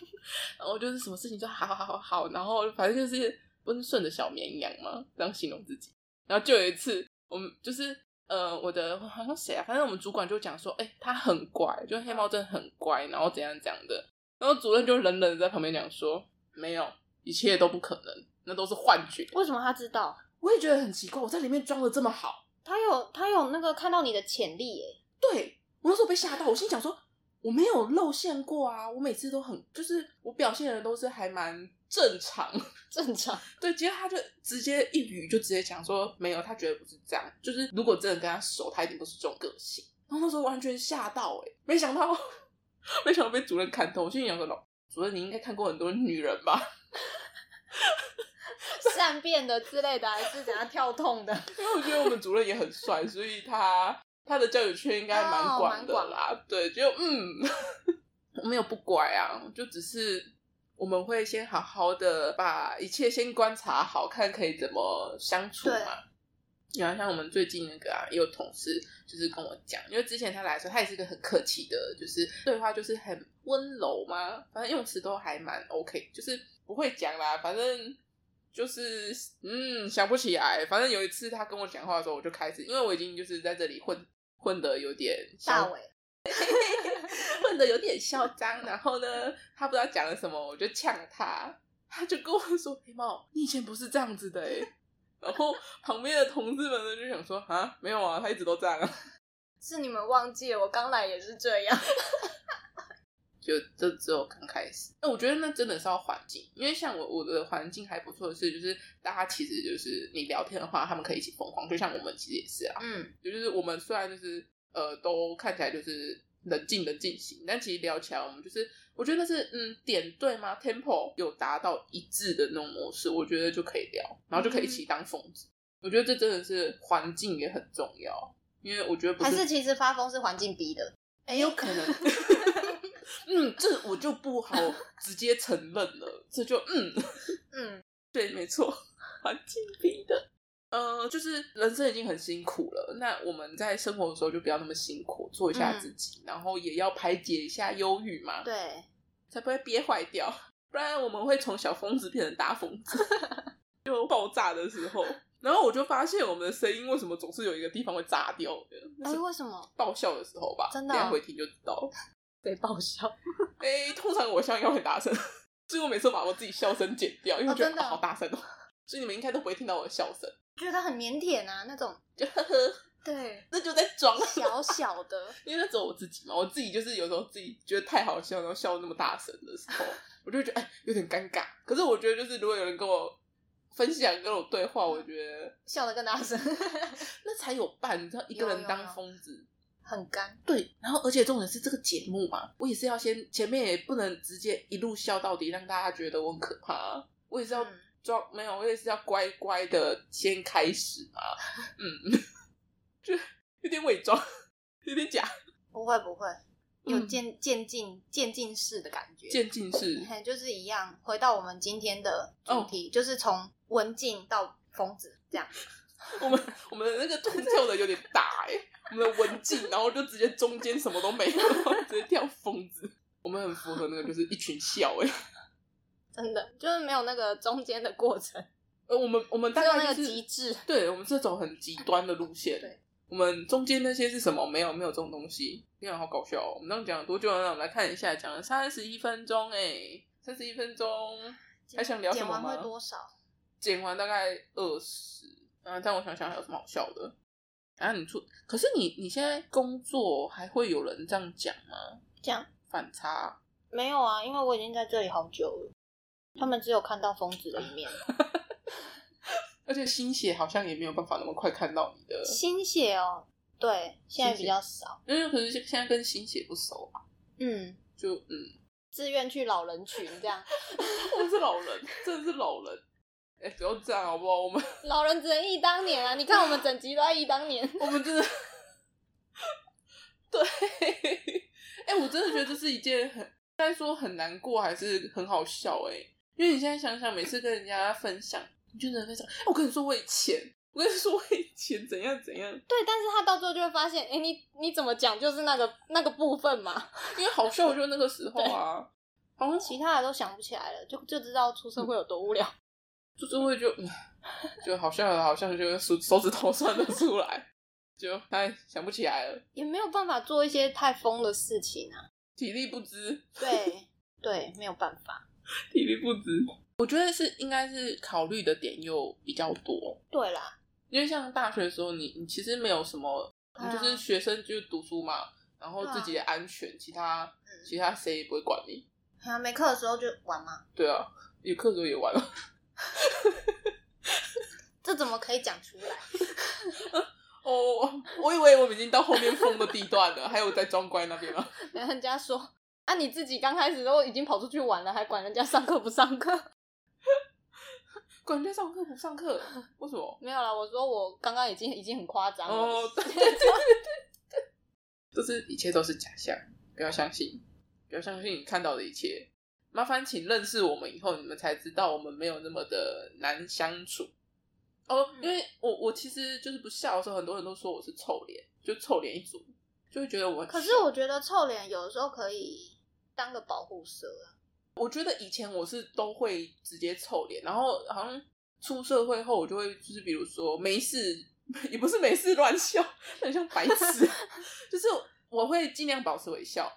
[SPEAKER 1] 然后就是什么事情就好好好好，然后反正就是温顺的小绵羊嘛，这样形容自己。然后就有一次，我们就是呃，我的好像谁啊，反正我们主管就讲说，哎、他很乖，就是黑猫真的很乖，然后怎样怎样的。然后主任就冷冷的在旁边讲说，没有，一切都不可能，那都是幻觉。
[SPEAKER 2] 为什么他知道？
[SPEAKER 1] 我也觉得很奇怪，我在里面装的这么好，
[SPEAKER 2] 他有他有那个看到你的潜力耶。
[SPEAKER 1] 对我那时候被吓到，我心想说我没有露馅过啊，我每次都很就是我表现的都是还蛮正常，
[SPEAKER 2] 正常。
[SPEAKER 1] 对，结果他就直接一语就直接讲说没有，他绝对不是这样，就是如果真的跟他熟，他一定不是这种个性。然后那时候完全吓到哎、欸，没想到 没想到被主任看透，我心里想说老主任你应该看过很多女人吧，
[SPEAKER 2] 善变的之类的，还是怎样跳痛的？
[SPEAKER 1] 因为我觉得我们主任也很帅，所以他他的交友圈应该哦蛮广的啦。对，就嗯， 我没有不乖啊，就只是我们会先好好的把一切先观察好，看可以怎么相处
[SPEAKER 2] 对
[SPEAKER 1] 嘛。然后像我们最近那个啊，也有同事就是跟我讲，因为之前他来的时候，他也是一个很客气的，就是对话就是很温柔嘛，反正用词都还蛮 OK，就是不会讲啦，反正就是嗯想不起来。反正有一次他跟我讲话的时候，我就开始，因为我已经就是在这里混混的有点
[SPEAKER 2] 大
[SPEAKER 1] 嚣，
[SPEAKER 2] 伟，
[SPEAKER 1] 混的有点嚣张，然后呢，他不知道讲了什么，我就呛他，他就跟我说：“黑猫，你以前不是这样子的哎。” 然后旁边的同事们呢就想说：“啊，没有啊，他一直都这样啊。”
[SPEAKER 2] 是你们忘记了，我刚来也是这样。
[SPEAKER 1] 就这只有刚开始。那我觉得那真的是要环境，因为像我我的环境还不错的是，就是大家其实就是你聊天的话，他们可以一起疯狂，就像我们其实也是啊，
[SPEAKER 2] 嗯，
[SPEAKER 1] 就是我们虽然就是呃都看起来就是冷静的进行，但其实聊起来我们就是我觉得那是嗯点对吗？tempo 有达到一致的那种模式，我觉得就可以聊，然后就可以一
[SPEAKER 2] 嗯
[SPEAKER 1] 起当疯子。我觉得这真的是环境也很重要，因为我觉得不
[SPEAKER 2] 还是其实发疯是环境逼的。
[SPEAKER 1] 哎，有可 能。嗯，这我就不好直接承认了，这就嗯，
[SPEAKER 2] 嗯，
[SPEAKER 1] 对，没错，环境逼的。呃，就是人生已经很辛苦了，那我们在生活的时候就不要那么辛苦，做一下自己，然后也要排解一下忧郁嘛，
[SPEAKER 2] 嗯对，
[SPEAKER 1] 才不会憋坏掉，不然我们会从小疯子变成大疯子， 就爆炸的时候。然后我就发现我们的声音为什么总是有一个地方会炸掉的，那
[SPEAKER 2] 哎、
[SPEAKER 1] 是
[SPEAKER 2] 为什么？
[SPEAKER 1] 爆笑的时候吧，
[SPEAKER 2] 真的
[SPEAKER 1] 等一
[SPEAKER 2] 哦
[SPEAKER 1] 下回听就知道了。
[SPEAKER 2] 被爆笑。
[SPEAKER 1] 诶，通常我笑应该会很大声， 所以我每次把我自己笑声剪掉，因为我觉得、
[SPEAKER 2] 哦真的哦
[SPEAKER 1] 啊好大声哦，所以你们应该都不会听到我的笑声，
[SPEAKER 2] 觉得他很腼腆啊，那种
[SPEAKER 1] 就呵呵，
[SPEAKER 2] 对
[SPEAKER 1] 那就在装，
[SPEAKER 2] 小小的，
[SPEAKER 1] 因为那只有我自己嘛，我自己就是有时候自己觉得太好笑，然后笑那么大声的时候， 我就会觉得哎、有点尴尬。可是我觉得就是如果有人跟我分享跟我对话，我觉得
[SPEAKER 2] 笑得更大声，
[SPEAKER 1] 那才有伴，你知道一个
[SPEAKER 2] 嗯有
[SPEAKER 1] 人
[SPEAKER 2] 有
[SPEAKER 1] 当
[SPEAKER 2] 有
[SPEAKER 1] 疯子
[SPEAKER 2] 很干。
[SPEAKER 1] 对，然后而且重点是这个节目嘛，我也是要先前面也不能直接一路笑到底，让大家觉得我很可怕啊、我也是要
[SPEAKER 2] 嗯
[SPEAKER 1] 装、没有，我也是要乖乖的先开始嘛，嗯， 就有点伪装， 有点假，
[SPEAKER 2] 不会不会，有
[SPEAKER 1] 嗯
[SPEAKER 2] 渐渐进渐进式的感觉。
[SPEAKER 1] 渐进式，
[SPEAKER 2] 嘿，就是一样，回到我们今天的主题，就是从文静到疯子这样。
[SPEAKER 1] 我们我们的那个痛跳的有点大哎、我们的文静，然后就直接中间什么都没有，然后直接跳疯子，我们很符合那个就是一群笑哎、
[SPEAKER 2] 真的就是没有那个中间的过程，
[SPEAKER 1] 呃，我们我们大
[SPEAKER 2] 只有
[SPEAKER 1] 概
[SPEAKER 2] 那个
[SPEAKER 1] 就是
[SPEAKER 2] 极致。
[SPEAKER 1] 对我们是走很极端的路线。
[SPEAKER 2] 对，
[SPEAKER 1] 我们中间那些是什么？没有，没有这种东西。天啊，好搞笑、哦！我们刚刚讲了多久了？让我们来看一下，讲了三十一分钟、哎，三十一分钟，还想聊什
[SPEAKER 2] 剪
[SPEAKER 1] 么
[SPEAKER 2] 完
[SPEAKER 1] 吗
[SPEAKER 2] 会多少？
[SPEAKER 1] 剪完大概二十。啊，但我想想还有什么好笑的？啊，你出，可是你你现在工作还会有人这样讲吗？
[SPEAKER 2] 这样
[SPEAKER 1] 反差，
[SPEAKER 2] 没有啊，因为我已经在这里好久了，他们只有看到疯子的一 面。
[SPEAKER 1] 而且新血好像也没有办法那么快看到你的，
[SPEAKER 2] 新血哦，对，现在
[SPEAKER 1] 新血
[SPEAKER 2] 比较少。
[SPEAKER 1] 因为可是现在跟新血不熟啊，
[SPEAKER 2] 嗯，
[SPEAKER 1] 就嗯，
[SPEAKER 2] 自愿去老人群这样，
[SPEAKER 1] 我们是老人，真的是老人。哎、不要这样好不好？我们
[SPEAKER 2] 老人只能忆当年啊！你看我们整集都在忆当年。
[SPEAKER 1] 我们真的，对，哎、我真的觉得这是一件很，该说很难过，还是很好笑哎、因为你现在想想，每次跟人家分享，你就能分享。哎我跟你说，我以前，我跟你说，我以前怎样怎样，
[SPEAKER 2] 对，但是他到最后就会发现，哎、你你怎么讲就是那个那个部分嘛，
[SPEAKER 1] 因为好笑就那个时候啊，好像
[SPEAKER 2] 其他的都想不起来了，就就知道出社会有多无聊。
[SPEAKER 1] 就是会就嗯就好笑了，好像就手手指头算得出来，就哎想不起来了，
[SPEAKER 2] 也没有办法做一些太疯的事情啊。
[SPEAKER 1] 体力不支。
[SPEAKER 2] 对对，没有办法。
[SPEAKER 1] 体力不支。我觉得是应该是考虑的点又比较多，
[SPEAKER 2] 对啦，
[SPEAKER 1] 因为像大学的时候你，你其实没有什么，
[SPEAKER 2] 对啊
[SPEAKER 1] 你就是学生就是读书嘛，然后自己的安全，其他其他谁也不会管你。
[SPEAKER 2] 啊，没课的时候就玩嘛，
[SPEAKER 1] 对啊，有课的时候也玩了。
[SPEAKER 2] 这怎么可以讲出来？
[SPEAKER 1] 哦，我以为我们已经到后面疯的地段了，还有在装乖那边 吗？
[SPEAKER 2] 然后人家说啊，你自己刚开始都已经跑出去玩了，还管人家上课不上课？
[SPEAKER 1] 滚去上课不上课？为什么？
[SPEAKER 2] 没有啦，我说我刚刚已经已经很夸张了。
[SPEAKER 1] 哦， 对对对对对，就是一切都是假象，不要相信，不要相信你看到的一切。麻烦请认识我们以后，你们才知道我们没有那么的难相处。哦，
[SPEAKER 2] 嗯
[SPEAKER 1] 因为我我其实就是不笑的时候，很多人都说我是臭脸，就臭脸一族，就会觉得我很
[SPEAKER 2] 可是
[SPEAKER 1] 凶
[SPEAKER 2] 我觉得臭脸有的时候可以当个保护色啊。
[SPEAKER 1] 我觉得以前我是都会直接臭脸，然后好像出社会后，我就会就是比如说没事，也不是没事乱笑，很像白 痴，就是我会尽量保持微笑。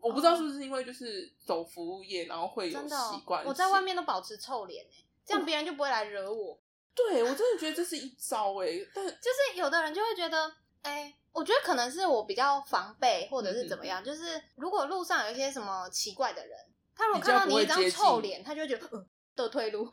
[SPEAKER 1] 我不知道是不是因为就是走服务业，然后会有
[SPEAKER 2] 哦真的哦、
[SPEAKER 1] 习惯、
[SPEAKER 2] 我在外，面都保持臭脸、欸、这样别人就不会来惹我。
[SPEAKER 1] 对我真的觉得这是一招哎、但
[SPEAKER 2] 就是有的人就会觉得，哎、我觉得可能是我比较防备，或者是怎么
[SPEAKER 1] 嗯
[SPEAKER 2] 样。就是如果路上有一些什么奇怪的人，他如果看到你一张臭脸，他就会觉得，呃，都退路。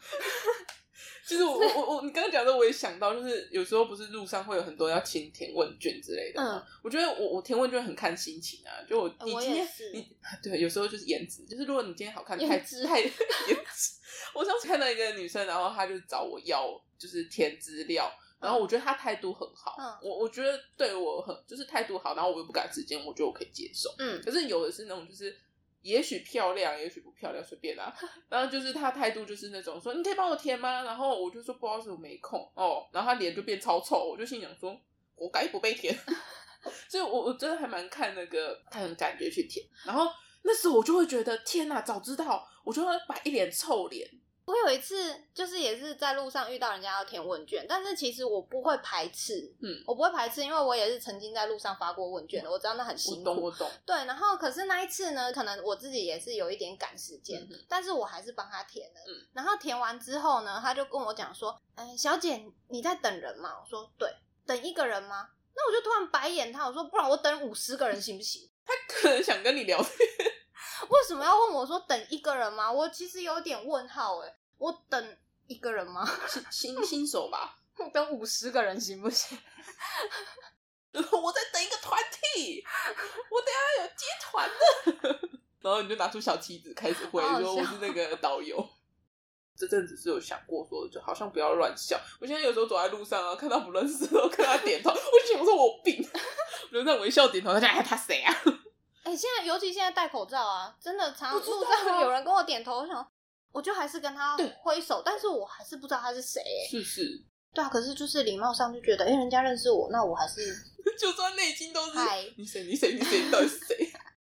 [SPEAKER 1] 其实我我我我你刚刚讲的我也想到，就是有时候不是路上会有很多要请填问卷之类的，
[SPEAKER 2] 嗯，
[SPEAKER 1] 我觉得我我填问卷很看心情啊，就我
[SPEAKER 2] 呃
[SPEAKER 1] 你
[SPEAKER 2] 我
[SPEAKER 1] 今
[SPEAKER 2] 也
[SPEAKER 1] 天
[SPEAKER 2] 是
[SPEAKER 1] 你 对，有时候就是颜值，就是如果你今天好看
[SPEAKER 2] 颜
[SPEAKER 1] 太
[SPEAKER 2] 值
[SPEAKER 1] 太 颜值，我上次看到一个女生，然后她就找我要就是填资料，然后我觉得她态度很好，
[SPEAKER 2] 嗯
[SPEAKER 1] 我我觉得对我很就是态度好，然后我又不敢直接，我觉得我可以接受。
[SPEAKER 2] 嗯，
[SPEAKER 1] 可是有的是那种就是。也许漂亮，也许不漂亮，随便啦、然后就是她态度就是那种说，你可以帮我填吗？然后我就说不好意思，我没空哦。然后她脸就变超臭，我就心想说，活该不被填。所以我我真的还蛮看那个看感觉去填。然后那时候我就会觉得，天哪、早知道我就要摆一脸臭脸。
[SPEAKER 2] 我有一次就是也是在路上遇到人家要填问卷，但是其实我不会排斥，
[SPEAKER 1] 嗯，
[SPEAKER 2] 我不会排斥，因为我也是曾经在路上发过问卷的，我知道那很
[SPEAKER 1] 我
[SPEAKER 2] 辛
[SPEAKER 1] 懂，
[SPEAKER 2] 苦。
[SPEAKER 1] 我懂。
[SPEAKER 2] 对，然后可是那一次呢，可能我自己也是有一点赶时间，
[SPEAKER 1] 嗯哼
[SPEAKER 2] 但是我还是帮他填了。
[SPEAKER 1] 嗯
[SPEAKER 2] 然后填完之后呢，他就跟我讲说：“嗯，小姐，你在等人吗？”我说：“对，等一个人吗？”那我就突然白眼他，我说：“不然我等五十个人行不行？
[SPEAKER 1] 可能想跟你聊天，
[SPEAKER 2] 为什么要问我说等一个人吗？我其实有点问号哎、我等一个人吗？
[SPEAKER 1] 新新新手吧。
[SPEAKER 2] 我等五十个人行不行？
[SPEAKER 1] 我在等一个团体，我等一下有接团的。 然后你就拿出小旗子开始挥
[SPEAKER 2] 好，好
[SPEAKER 1] 说我
[SPEAKER 2] 笑
[SPEAKER 1] 是那个导游。 这阵子是有想过说，就好像不要乱笑。我现在有时候走在路上啊，看到不认识的，我跟他点头，我就想说我有病， 我就在微笑点头。他讲哎，他谁啊？
[SPEAKER 2] 哎、现在尤其现在戴口罩啊，真的常
[SPEAKER 1] 不知道
[SPEAKER 2] 路
[SPEAKER 1] 啊
[SPEAKER 2] 上有人跟我点头，我想，我就还是跟他
[SPEAKER 1] 对
[SPEAKER 2] 挥手，但是我还是不知道他是谁、欸。
[SPEAKER 1] 是不是？
[SPEAKER 2] 对啊，可是就是礼貌上就觉得，哎、人家认识我，那我还是
[SPEAKER 1] 就算内心都是
[SPEAKER 2] 嗨
[SPEAKER 1] 你谁你谁你谁你到底是谁？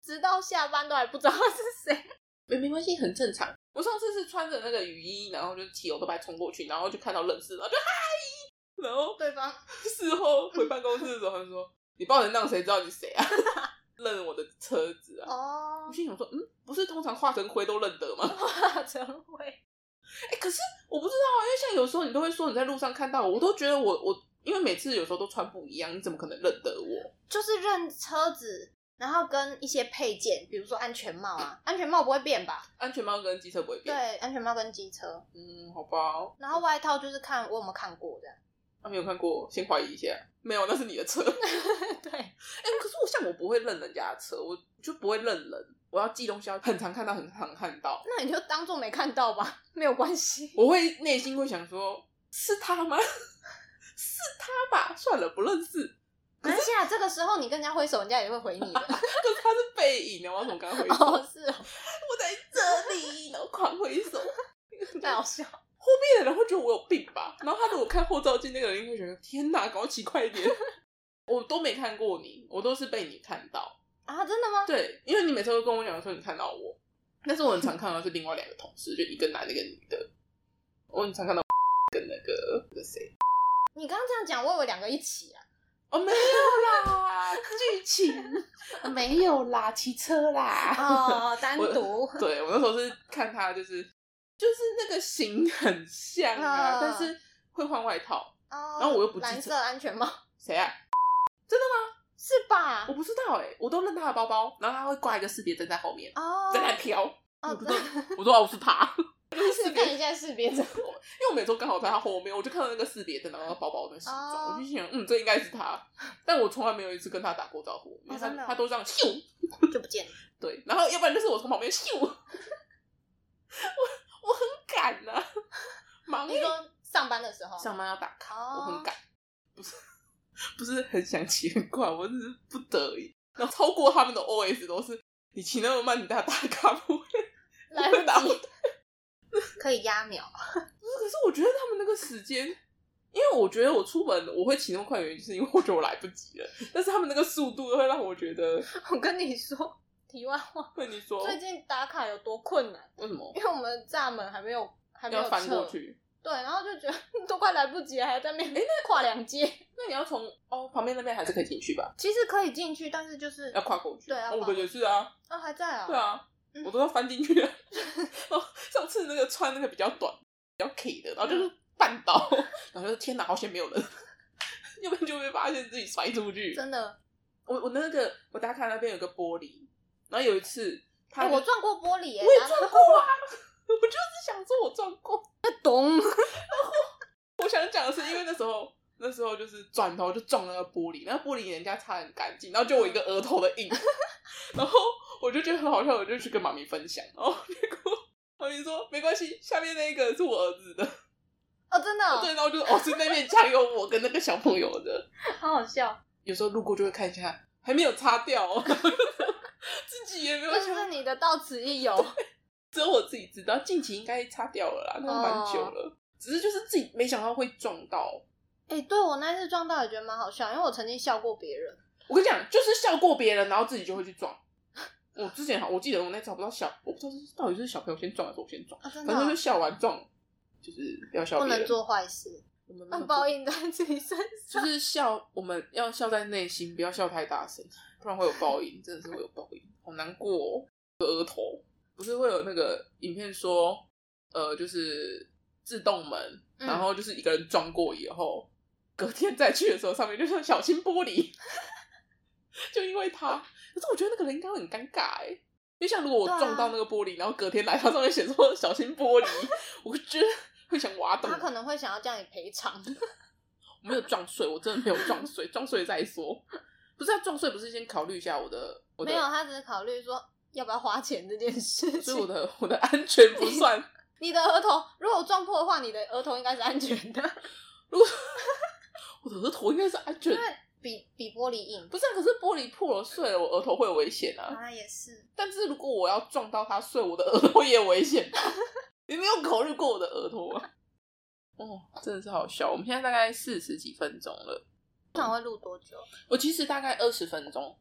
[SPEAKER 2] 直到下班都还不知道他是谁。
[SPEAKER 1] 没没关系，很正常。我上次是穿着那个雨衣，然后就骑我都白冲过去，然后就看到认识，然后就嗨，然后
[SPEAKER 2] 对方
[SPEAKER 1] 事后回办公室的时候，他就说：“你报成那样，谁知道你谁啊？ 认我的车子啊！”
[SPEAKER 2] 哦
[SPEAKER 1] 我， 心想说：“嗯，不是通常化成灰都认得吗
[SPEAKER 2] 化成灰。？”
[SPEAKER 1] 哎、可是我不知道啊，因为像有时候你都会说你在路上看到我，我都觉得我我，因为每次有时候都穿不一样，你怎么可能认得我？
[SPEAKER 2] 就是认车子，然后跟一些配件，比如说安全帽啊，安全帽不会变吧？
[SPEAKER 1] 安全帽跟机车不会变。
[SPEAKER 2] 对，安全帽跟机车，
[SPEAKER 1] 嗯，好吧，
[SPEAKER 2] 然后外套就是看我有没有看过这样。
[SPEAKER 1] 啊、没有看过，先怀疑一下。没有，那是你的车。 哎、
[SPEAKER 2] 对，
[SPEAKER 1] 嗯可是我像我不会认人家的车，我就不会认人。我要记东西要很常看到，很常看到。
[SPEAKER 2] 那你就当做没看到吧， 没有关系。
[SPEAKER 1] 我会内心会想说，是他吗？ 是他吧？算了，不认识。
[SPEAKER 2] 可是现在这个时候，你跟人家挥手，人家也会回 你的。
[SPEAKER 1] 可是他是背影啊，我要怎么跟他挥手？
[SPEAKER 2] 哦，是 哦，
[SPEAKER 1] 我在这里，然后狂挥手。
[SPEAKER 2] 太好 笑。
[SPEAKER 1] 后面的人会觉得我有病吧？然后他如果看后照镜，那个人会觉得天哪，赶快骑快一点。 我都没看过你，我都是被你看到。
[SPEAKER 2] 啊，真的吗？
[SPEAKER 1] 对，因为你每次都跟我讲说你看到我，但是我很常看到是另外两个同事，就一个男的，一个女的。我很常看到跟那个那个谁。
[SPEAKER 2] 你刚刚这样讲，我以为两个一起啊。
[SPEAKER 1] 哦，没有啦，剧情 没有啦，骑车啦。
[SPEAKER 2] 哦， 单独。
[SPEAKER 1] 对我那时候是看他，就是就是那个型很像啊，
[SPEAKER 2] 嗯
[SPEAKER 1] 但是会换外套。
[SPEAKER 2] 哦，
[SPEAKER 1] 然后我又不记
[SPEAKER 2] 蓝
[SPEAKER 1] 得
[SPEAKER 2] 色安全帽
[SPEAKER 1] 谁啊？
[SPEAKER 2] 是吧
[SPEAKER 1] 我？不知道哎、我都认他的包包，然后他会挂一个识别针在后面，
[SPEAKER 2] 哦，
[SPEAKER 1] 在那飘。我
[SPEAKER 2] 哦，
[SPEAKER 1] 不知道，我说哦是他，
[SPEAKER 2] 是看一下 识别者。
[SPEAKER 1] 因为我每周刚好在他后面，我就看到那个识别灯，然后那个包包跟西装，
[SPEAKER 2] 哦
[SPEAKER 1] 我就心想，嗯，这应该是他，但我从来没有一次跟他打过招呼，因为他、
[SPEAKER 2] 真的哦
[SPEAKER 1] 他都这样咻
[SPEAKER 2] 就不见了。
[SPEAKER 1] 对，然 后要不然就是我从旁边咻，我我很赶呐、忙
[SPEAKER 2] 你说上班的时候，
[SPEAKER 1] 上班要打卡，
[SPEAKER 2] 哦
[SPEAKER 1] 我很赶，不是不是很想骑很快，我只是不得已。然后超过他们的 OS 都是你骑那么慢，你打打卡不会
[SPEAKER 2] 来
[SPEAKER 1] 不会打
[SPEAKER 2] 不
[SPEAKER 1] 不
[SPEAKER 2] 及，可以压秒。
[SPEAKER 1] 不是，可是我觉得他们那个时间，因为我觉得我出门我会骑那么快，原因就是因为我觉得我来不及了。但是他们那个速度会让 我觉得，
[SPEAKER 2] 我跟你说，题外话，
[SPEAKER 1] 问你说
[SPEAKER 2] 最近打卡有多困难？
[SPEAKER 1] 为什么
[SPEAKER 2] 因为我们的栅门还没有还没有
[SPEAKER 1] 要翻过
[SPEAKER 2] 撤，
[SPEAKER 1] 去？哎
[SPEAKER 2] 对，然后就觉得都快来不及了，还 在那边跨两街。
[SPEAKER 1] 那你要从哦旁边那边还是可以进去吧？
[SPEAKER 2] 其实可以进去，但是就是
[SPEAKER 1] 要跨过去。
[SPEAKER 2] 对要
[SPEAKER 1] 哦我
[SPEAKER 2] 跨
[SPEAKER 1] 的
[SPEAKER 2] 过
[SPEAKER 1] 也是啊，
[SPEAKER 2] 啊还在啊，
[SPEAKER 1] 对啊，
[SPEAKER 2] 嗯
[SPEAKER 1] 我都要翻进去了。 哦，上次那个穿那个比较短、比较 K 的，然后就是绊倒， 然后就天哪，好险没有人， 要不然就会发现自己摔出去。
[SPEAKER 2] 真的。
[SPEAKER 1] 我我那个我打卡那边有个玻璃，然后有一次他
[SPEAKER 2] 哎，
[SPEAKER 1] 就
[SPEAKER 2] 我撞过玻璃耶，
[SPEAKER 1] 我也
[SPEAKER 2] 然后
[SPEAKER 1] 撞过啊， 我就是想说我撞过。
[SPEAKER 2] 咚，
[SPEAKER 1] 我想讲的是，因为那时候那时候就是转头就撞那个玻璃，那个玻璃人家擦得很干净，然后就我一个额头的 印，然后我就觉得很好笑，我就去跟妈咪分享，然后结果妈咪说没关系，下面那个是我儿子的，
[SPEAKER 2] 哦，真的哦，
[SPEAKER 1] 对，然后我就哦是那面墙有我跟那个小朋友的，
[SPEAKER 2] 好好笑。
[SPEAKER 1] 有时候路过就会看一下，还没有擦掉、哦， 然后就说自己也没有
[SPEAKER 2] 就
[SPEAKER 1] 想
[SPEAKER 2] 是你的到此一游，
[SPEAKER 1] 只有我自己知道，近期应该擦掉
[SPEAKER 2] 哦
[SPEAKER 1] 了啦，那个蛮久了。只是就是自己没想到会撞到，
[SPEAKER 2] 哎、对我那次撞到也觉得蛮好笑，因为我曾经笑过别人，
[SPEAKER 1] 我跟你讲，就是笑过别人，然后自己就会去 撞。我之前好，我记得我那次好不知道小，我不知道是到底是小朋友先撞还是我先撞，
[SPEAKER 2] 啊、真
[SPEAKER 1] 反
[SPEAKER 2] 的
[SPEAKER 1] 正
[SPEAKER 2] 哦、
[SPEAKER 1] 就笑完撞，就是要笑
[SPEAKER 2] 不
[SPEAKER 1] 别人。
[SPEAKER 2] 能做坏事，
[SPEAKER 1] 我们没有
[SPEAKER 2] 那
[SPEAKER 1] 做
[SPEAKER 2] 嗯报应在自己身
[SPEAKER 1] 就
[SPEAKER 2] 上。
[SPEAKER 1] 是笑，我们要笑在内心，不要笑太大声，不然会有报应，真的是会有报应，好难过、哦。我的额头不是会有那个影片说，呃，就是自动门，
[SPEAKER 2] 嗯
[SPEAKER 1] 然后就是一个人撞过以后，隔天再去的时候，上面就说小心玻璃，就因为他。可是我觉得那个人应该会很尴尬哎、就像如果我
[SPEAKER 2] 对啊
[SPEAKER 1] 撞到那个玻璃，然后隔天来，他上面写说小心玻 璃，我觉得会想挖洞
[SPEAKER 2] 他。可能会想要叫你赔偿，
[SPEAKER 1] 我没有撞碎，我真的没有撞碎，撞碎再说。不是要撞碎，不是先考虑一下我的我的，
[SPEAKER 2] 没有，他只是考虑说要不要花钱这件事
[SPEAKER 1] 所以我
[SPEAKER 2] 情。
[SPEAKER 1] 的我的安全 不算。
[SPEAKER 2] 你的额头如果撞破的话，你的额头应该是安全的，
[SPEAKER 1] 如果我的额头应该是安全
[SPEAKER 2] 因，为比比玻璃硬。
[SPEAKER 1] 不是、啊？可是玻璃破了碎了，我额头会有危险啊。
[SPEAKER 2] 啊，也是，
[SPEAKER 1] 但是如果我要撞到它碎，我的额头也有危险。啊 你没有考虑过我的额头啊？哦，真的是好笑。我们现在大概四十几分钟了，
[SPEAKER 2] 想会录多久？
[SPEAKER 1] 我其实大概二十分钟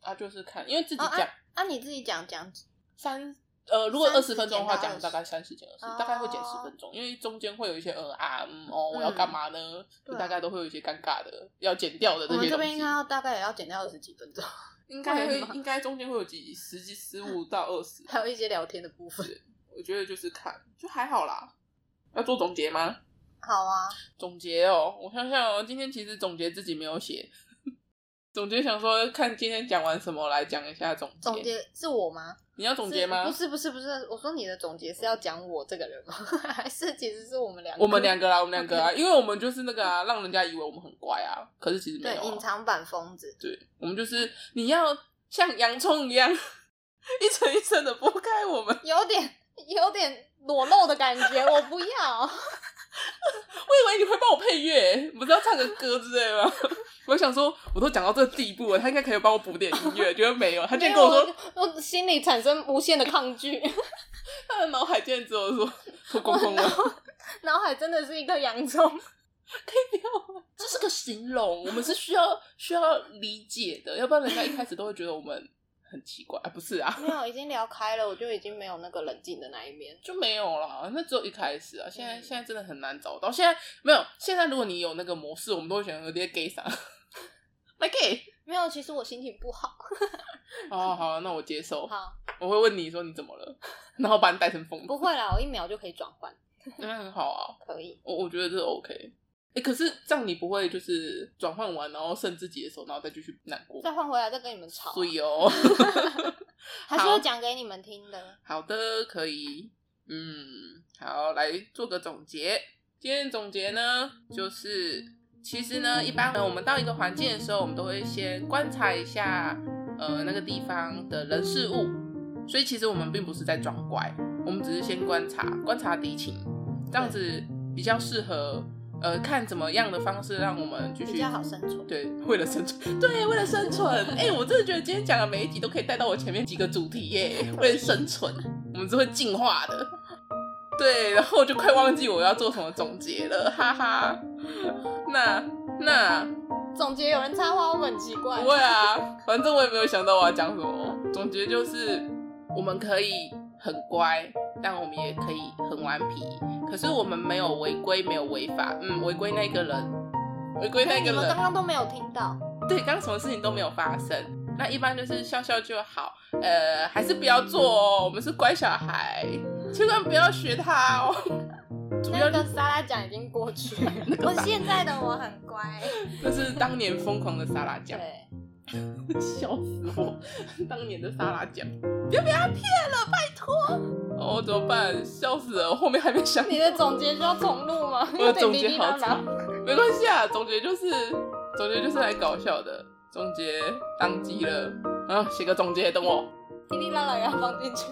[SPEAKER 1] 啊，就是看因为自己
[SPEAKER 2] 哦啊
[SPEAKER 1] 讲
[SPEAKER 2] 啊，你自己讲讲
[SPEAKER 1] 三呃，如果二十
[SPEAKER 2] 30
[SPEAKER 1] 分钟的话，
[SPEAKER 2] 减
[SPEAKER 1] 讲
[SPEAKER 2] 到
[SPEAKER 1] 大概三十减二
[SPEAKER 2] 哦
[SPEAKER 1] 十，大概会减十分钟，因为中间会有一些呃啊嗯哦，我要干嘛呢？
[SPEAKER 2] 对
[SPEAKER 1] 就
[SPEAKER 2] 啊
[SPEAKER 1] 大概都会有一些尴尬的要减掉的
[SPEAKER 2] 我
[SPEAKER 1] 这
[SPEAKER 2] 们
[SPEAKER 1] 些
[SPEAKER 2] 这
[SPEAKER 1] 东
[SPEAKER 2] 边
[SPEAKER 1] 西
[SPEAKER 2] 应该。要大概也要剪掉二十几 分钟，
[SPEAKER 1] 应该
[SPEAKER 2] 会吗
[SPEAKER 1] 会应该中间会有几十几十五到二十，
[SPEAKER 2] 还有一些聊天的部分。
[SPEAKER 1] 我觉得就是看就还好啦。要做总结吗？
[SPEAKER 2] 好啊，
[SPEAKER 1] 总结哦，我想想哦，今天其实总结自己没有写， 总结想说看今天讲完什么来讲一下总结。
[SPEAKER 2] 总结是我吗？
[SPEAKER 1] 你要总结吗
[SPEAKER 2] 是？不是不是不是，我说你的总结是要讲我这个人吗？ 还是其实是我们两个？
[SPEAKER 1] 我们两 个啦，我们两个啊，因为我们就是那个啊，让人家以为我们很乖啊，可是其实没
[SPEAKER 2] 对
[SPEAKER 1] 有啊、
[SPEAKER 2] 隐藏版疯子，
[SPEAKER 1] 对，我们就是你要像洋葱一样 一层一层的剥开我们。
[SPEAKER 2] 有点有点裸露的感觉，我不要。
[SPEAKER 1] 我以为你会帮我配乐，不是要唱个歌之类 吗？我想说，我都讲到这地步了，他应该可以帮我补点音 乐，结果没有。他竟然跟我
[SPEAKER 2] 我
[SPEAKER 1] 说，
[SPEAKER 2] 我心里产生无限的抗 拒，
[SPEAKER 1] 他的脑海竟然只有说说公公 了，
[SPEAKER 2] 脑海真的是一个洋葱。
[SPEAKER 1] 这是个形容，我们是需要需要理解的，要不然人家一开始都会觉得我们很奇怪啊，不是啊，
[SPEAKER 2] 没有，已经聊开了，我就已经没有那个冷静的那一面。
[SPEAKER 1] 就没有啦，那只有一开始啊，现在、
[SPEAKER 2] 嗯
[SPEAKER 1] 现在真的很难找到。现在没有，现在如果你有那个模式，我们都会选择直 gay 啥，来 gay。
[SPEAKER 2] 没有，其实我心情不好。
[SPEAKER 1] 哦， 好，那我接受，
[SPEAKER 2] 好，
[SPEAKER 1] 我会问你说你怎么了，然后把你带成疯子
[SPEAKER 2] 不，会啦，我一秒就可以转换，
[SPEAKER 1] 那很好啊，
[SPEAKER 2] 可以。
[SPEAKER 1] 我我觉得这 OK。哎、可是这样你不会就是转换完，然后剩自己的手，然后再继续难过？
[SPEAKER 2] 再换回来再跟你们吵啊、
[SPEAKER 1] 所以哦，
[SPEAKER 2] 还是会讲给你们听的。
[SPEAKER 1] 好的，可以，嗯，好，来做个总结。今天的总结呢，就是其实呢，一般呢，我们到一个环境的时候，我们都会先观察一下，呃，那个地方的人事物。所以其实我们并不是在装乖，我们只是先观察观察敌情，这样子比较适合，呃，看怎么样的方式让我们继
[SPEAKER 2] 比
[SPEAKER 1] 续
[SPEAKER 2] 较好生存。
[SPEAKER 1] 对，为了生存， 对，为了生存。哎、我真的觉得今天讲的每一集都可以带到我前面几个主题耶。为了生存，我们是会进化的。对，然后我就快忘记我要做什么总结了，哈哈。那那
[SPEAKER 2] 总结有人插话，我很奇怪
[SPEAKER 1] 不会啊，反正我也没有想到我要讲什么。总结就是，我们可以很乖，但我们也可以很顽皮。可是我们没有违规，没有违法。嗯，违规那个人，违规那
[SPEAKER 2] 你
[SPEAKER 1] 个
[SPEAKER 2] 们
[SPEAKER 1] 人
[SPEAKER 2] 刚。刚都没有听到，
[SPEAKER 1] 对，刚刚什么事情都没有发生。那一般就是笑笑就好，呃，还是不要做哦。我们是乖小孩，千万不要学他哦。主
[SPEAKER 2] 那
[SPEAKER 1] 要就
[SPEAKER 2] 个莎拉讲已经过去 了。我现在的我很乖，
[SPEAKER 1] 就是当年疯狂的沙拉酱，
[SPEAKER 2] 对，
[SPEAKER 1] 笑死我！当年的沙拉酱，不要被他骗了，拜托。哦，怎么办？笑死了，我后面还没想。
[SPEAKER 2] 你的总结需要重录吗？
[SPEAKER 1] 我的总结好
[SPEAKER 2] 长
[SPEAKER 1] 长，，没关系啊。总结就是，总结就是来搞笑的。总结当机了，啊，写个总结，等我。
[SPEAKER 2] 滴滴啦啦，然后放进去。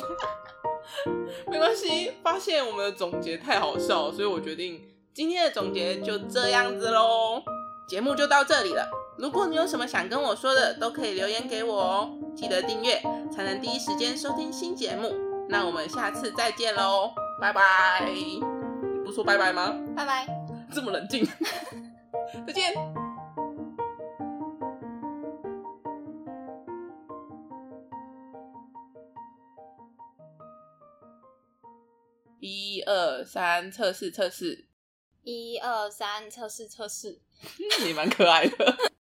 [SPEAKER 1] 没关系，发现我们的总结太好笑了，所以我决定今天的总结就这样子喽。节目就到这里了，如果你有什么想跟我说的，都可以留言给我哦。记得订阅，才能第一时间收听新节目。那我们下次再见喽，拜拜！你不说拜拜吗？
[SPEAKER 2] 拜拜。
[SPEAKER 1] 这么冷静，再见。一二三，测试测试，
[SPEAKER 2] 一二三，测试测试。
[SPEAKER 1] 你蛮可爱的。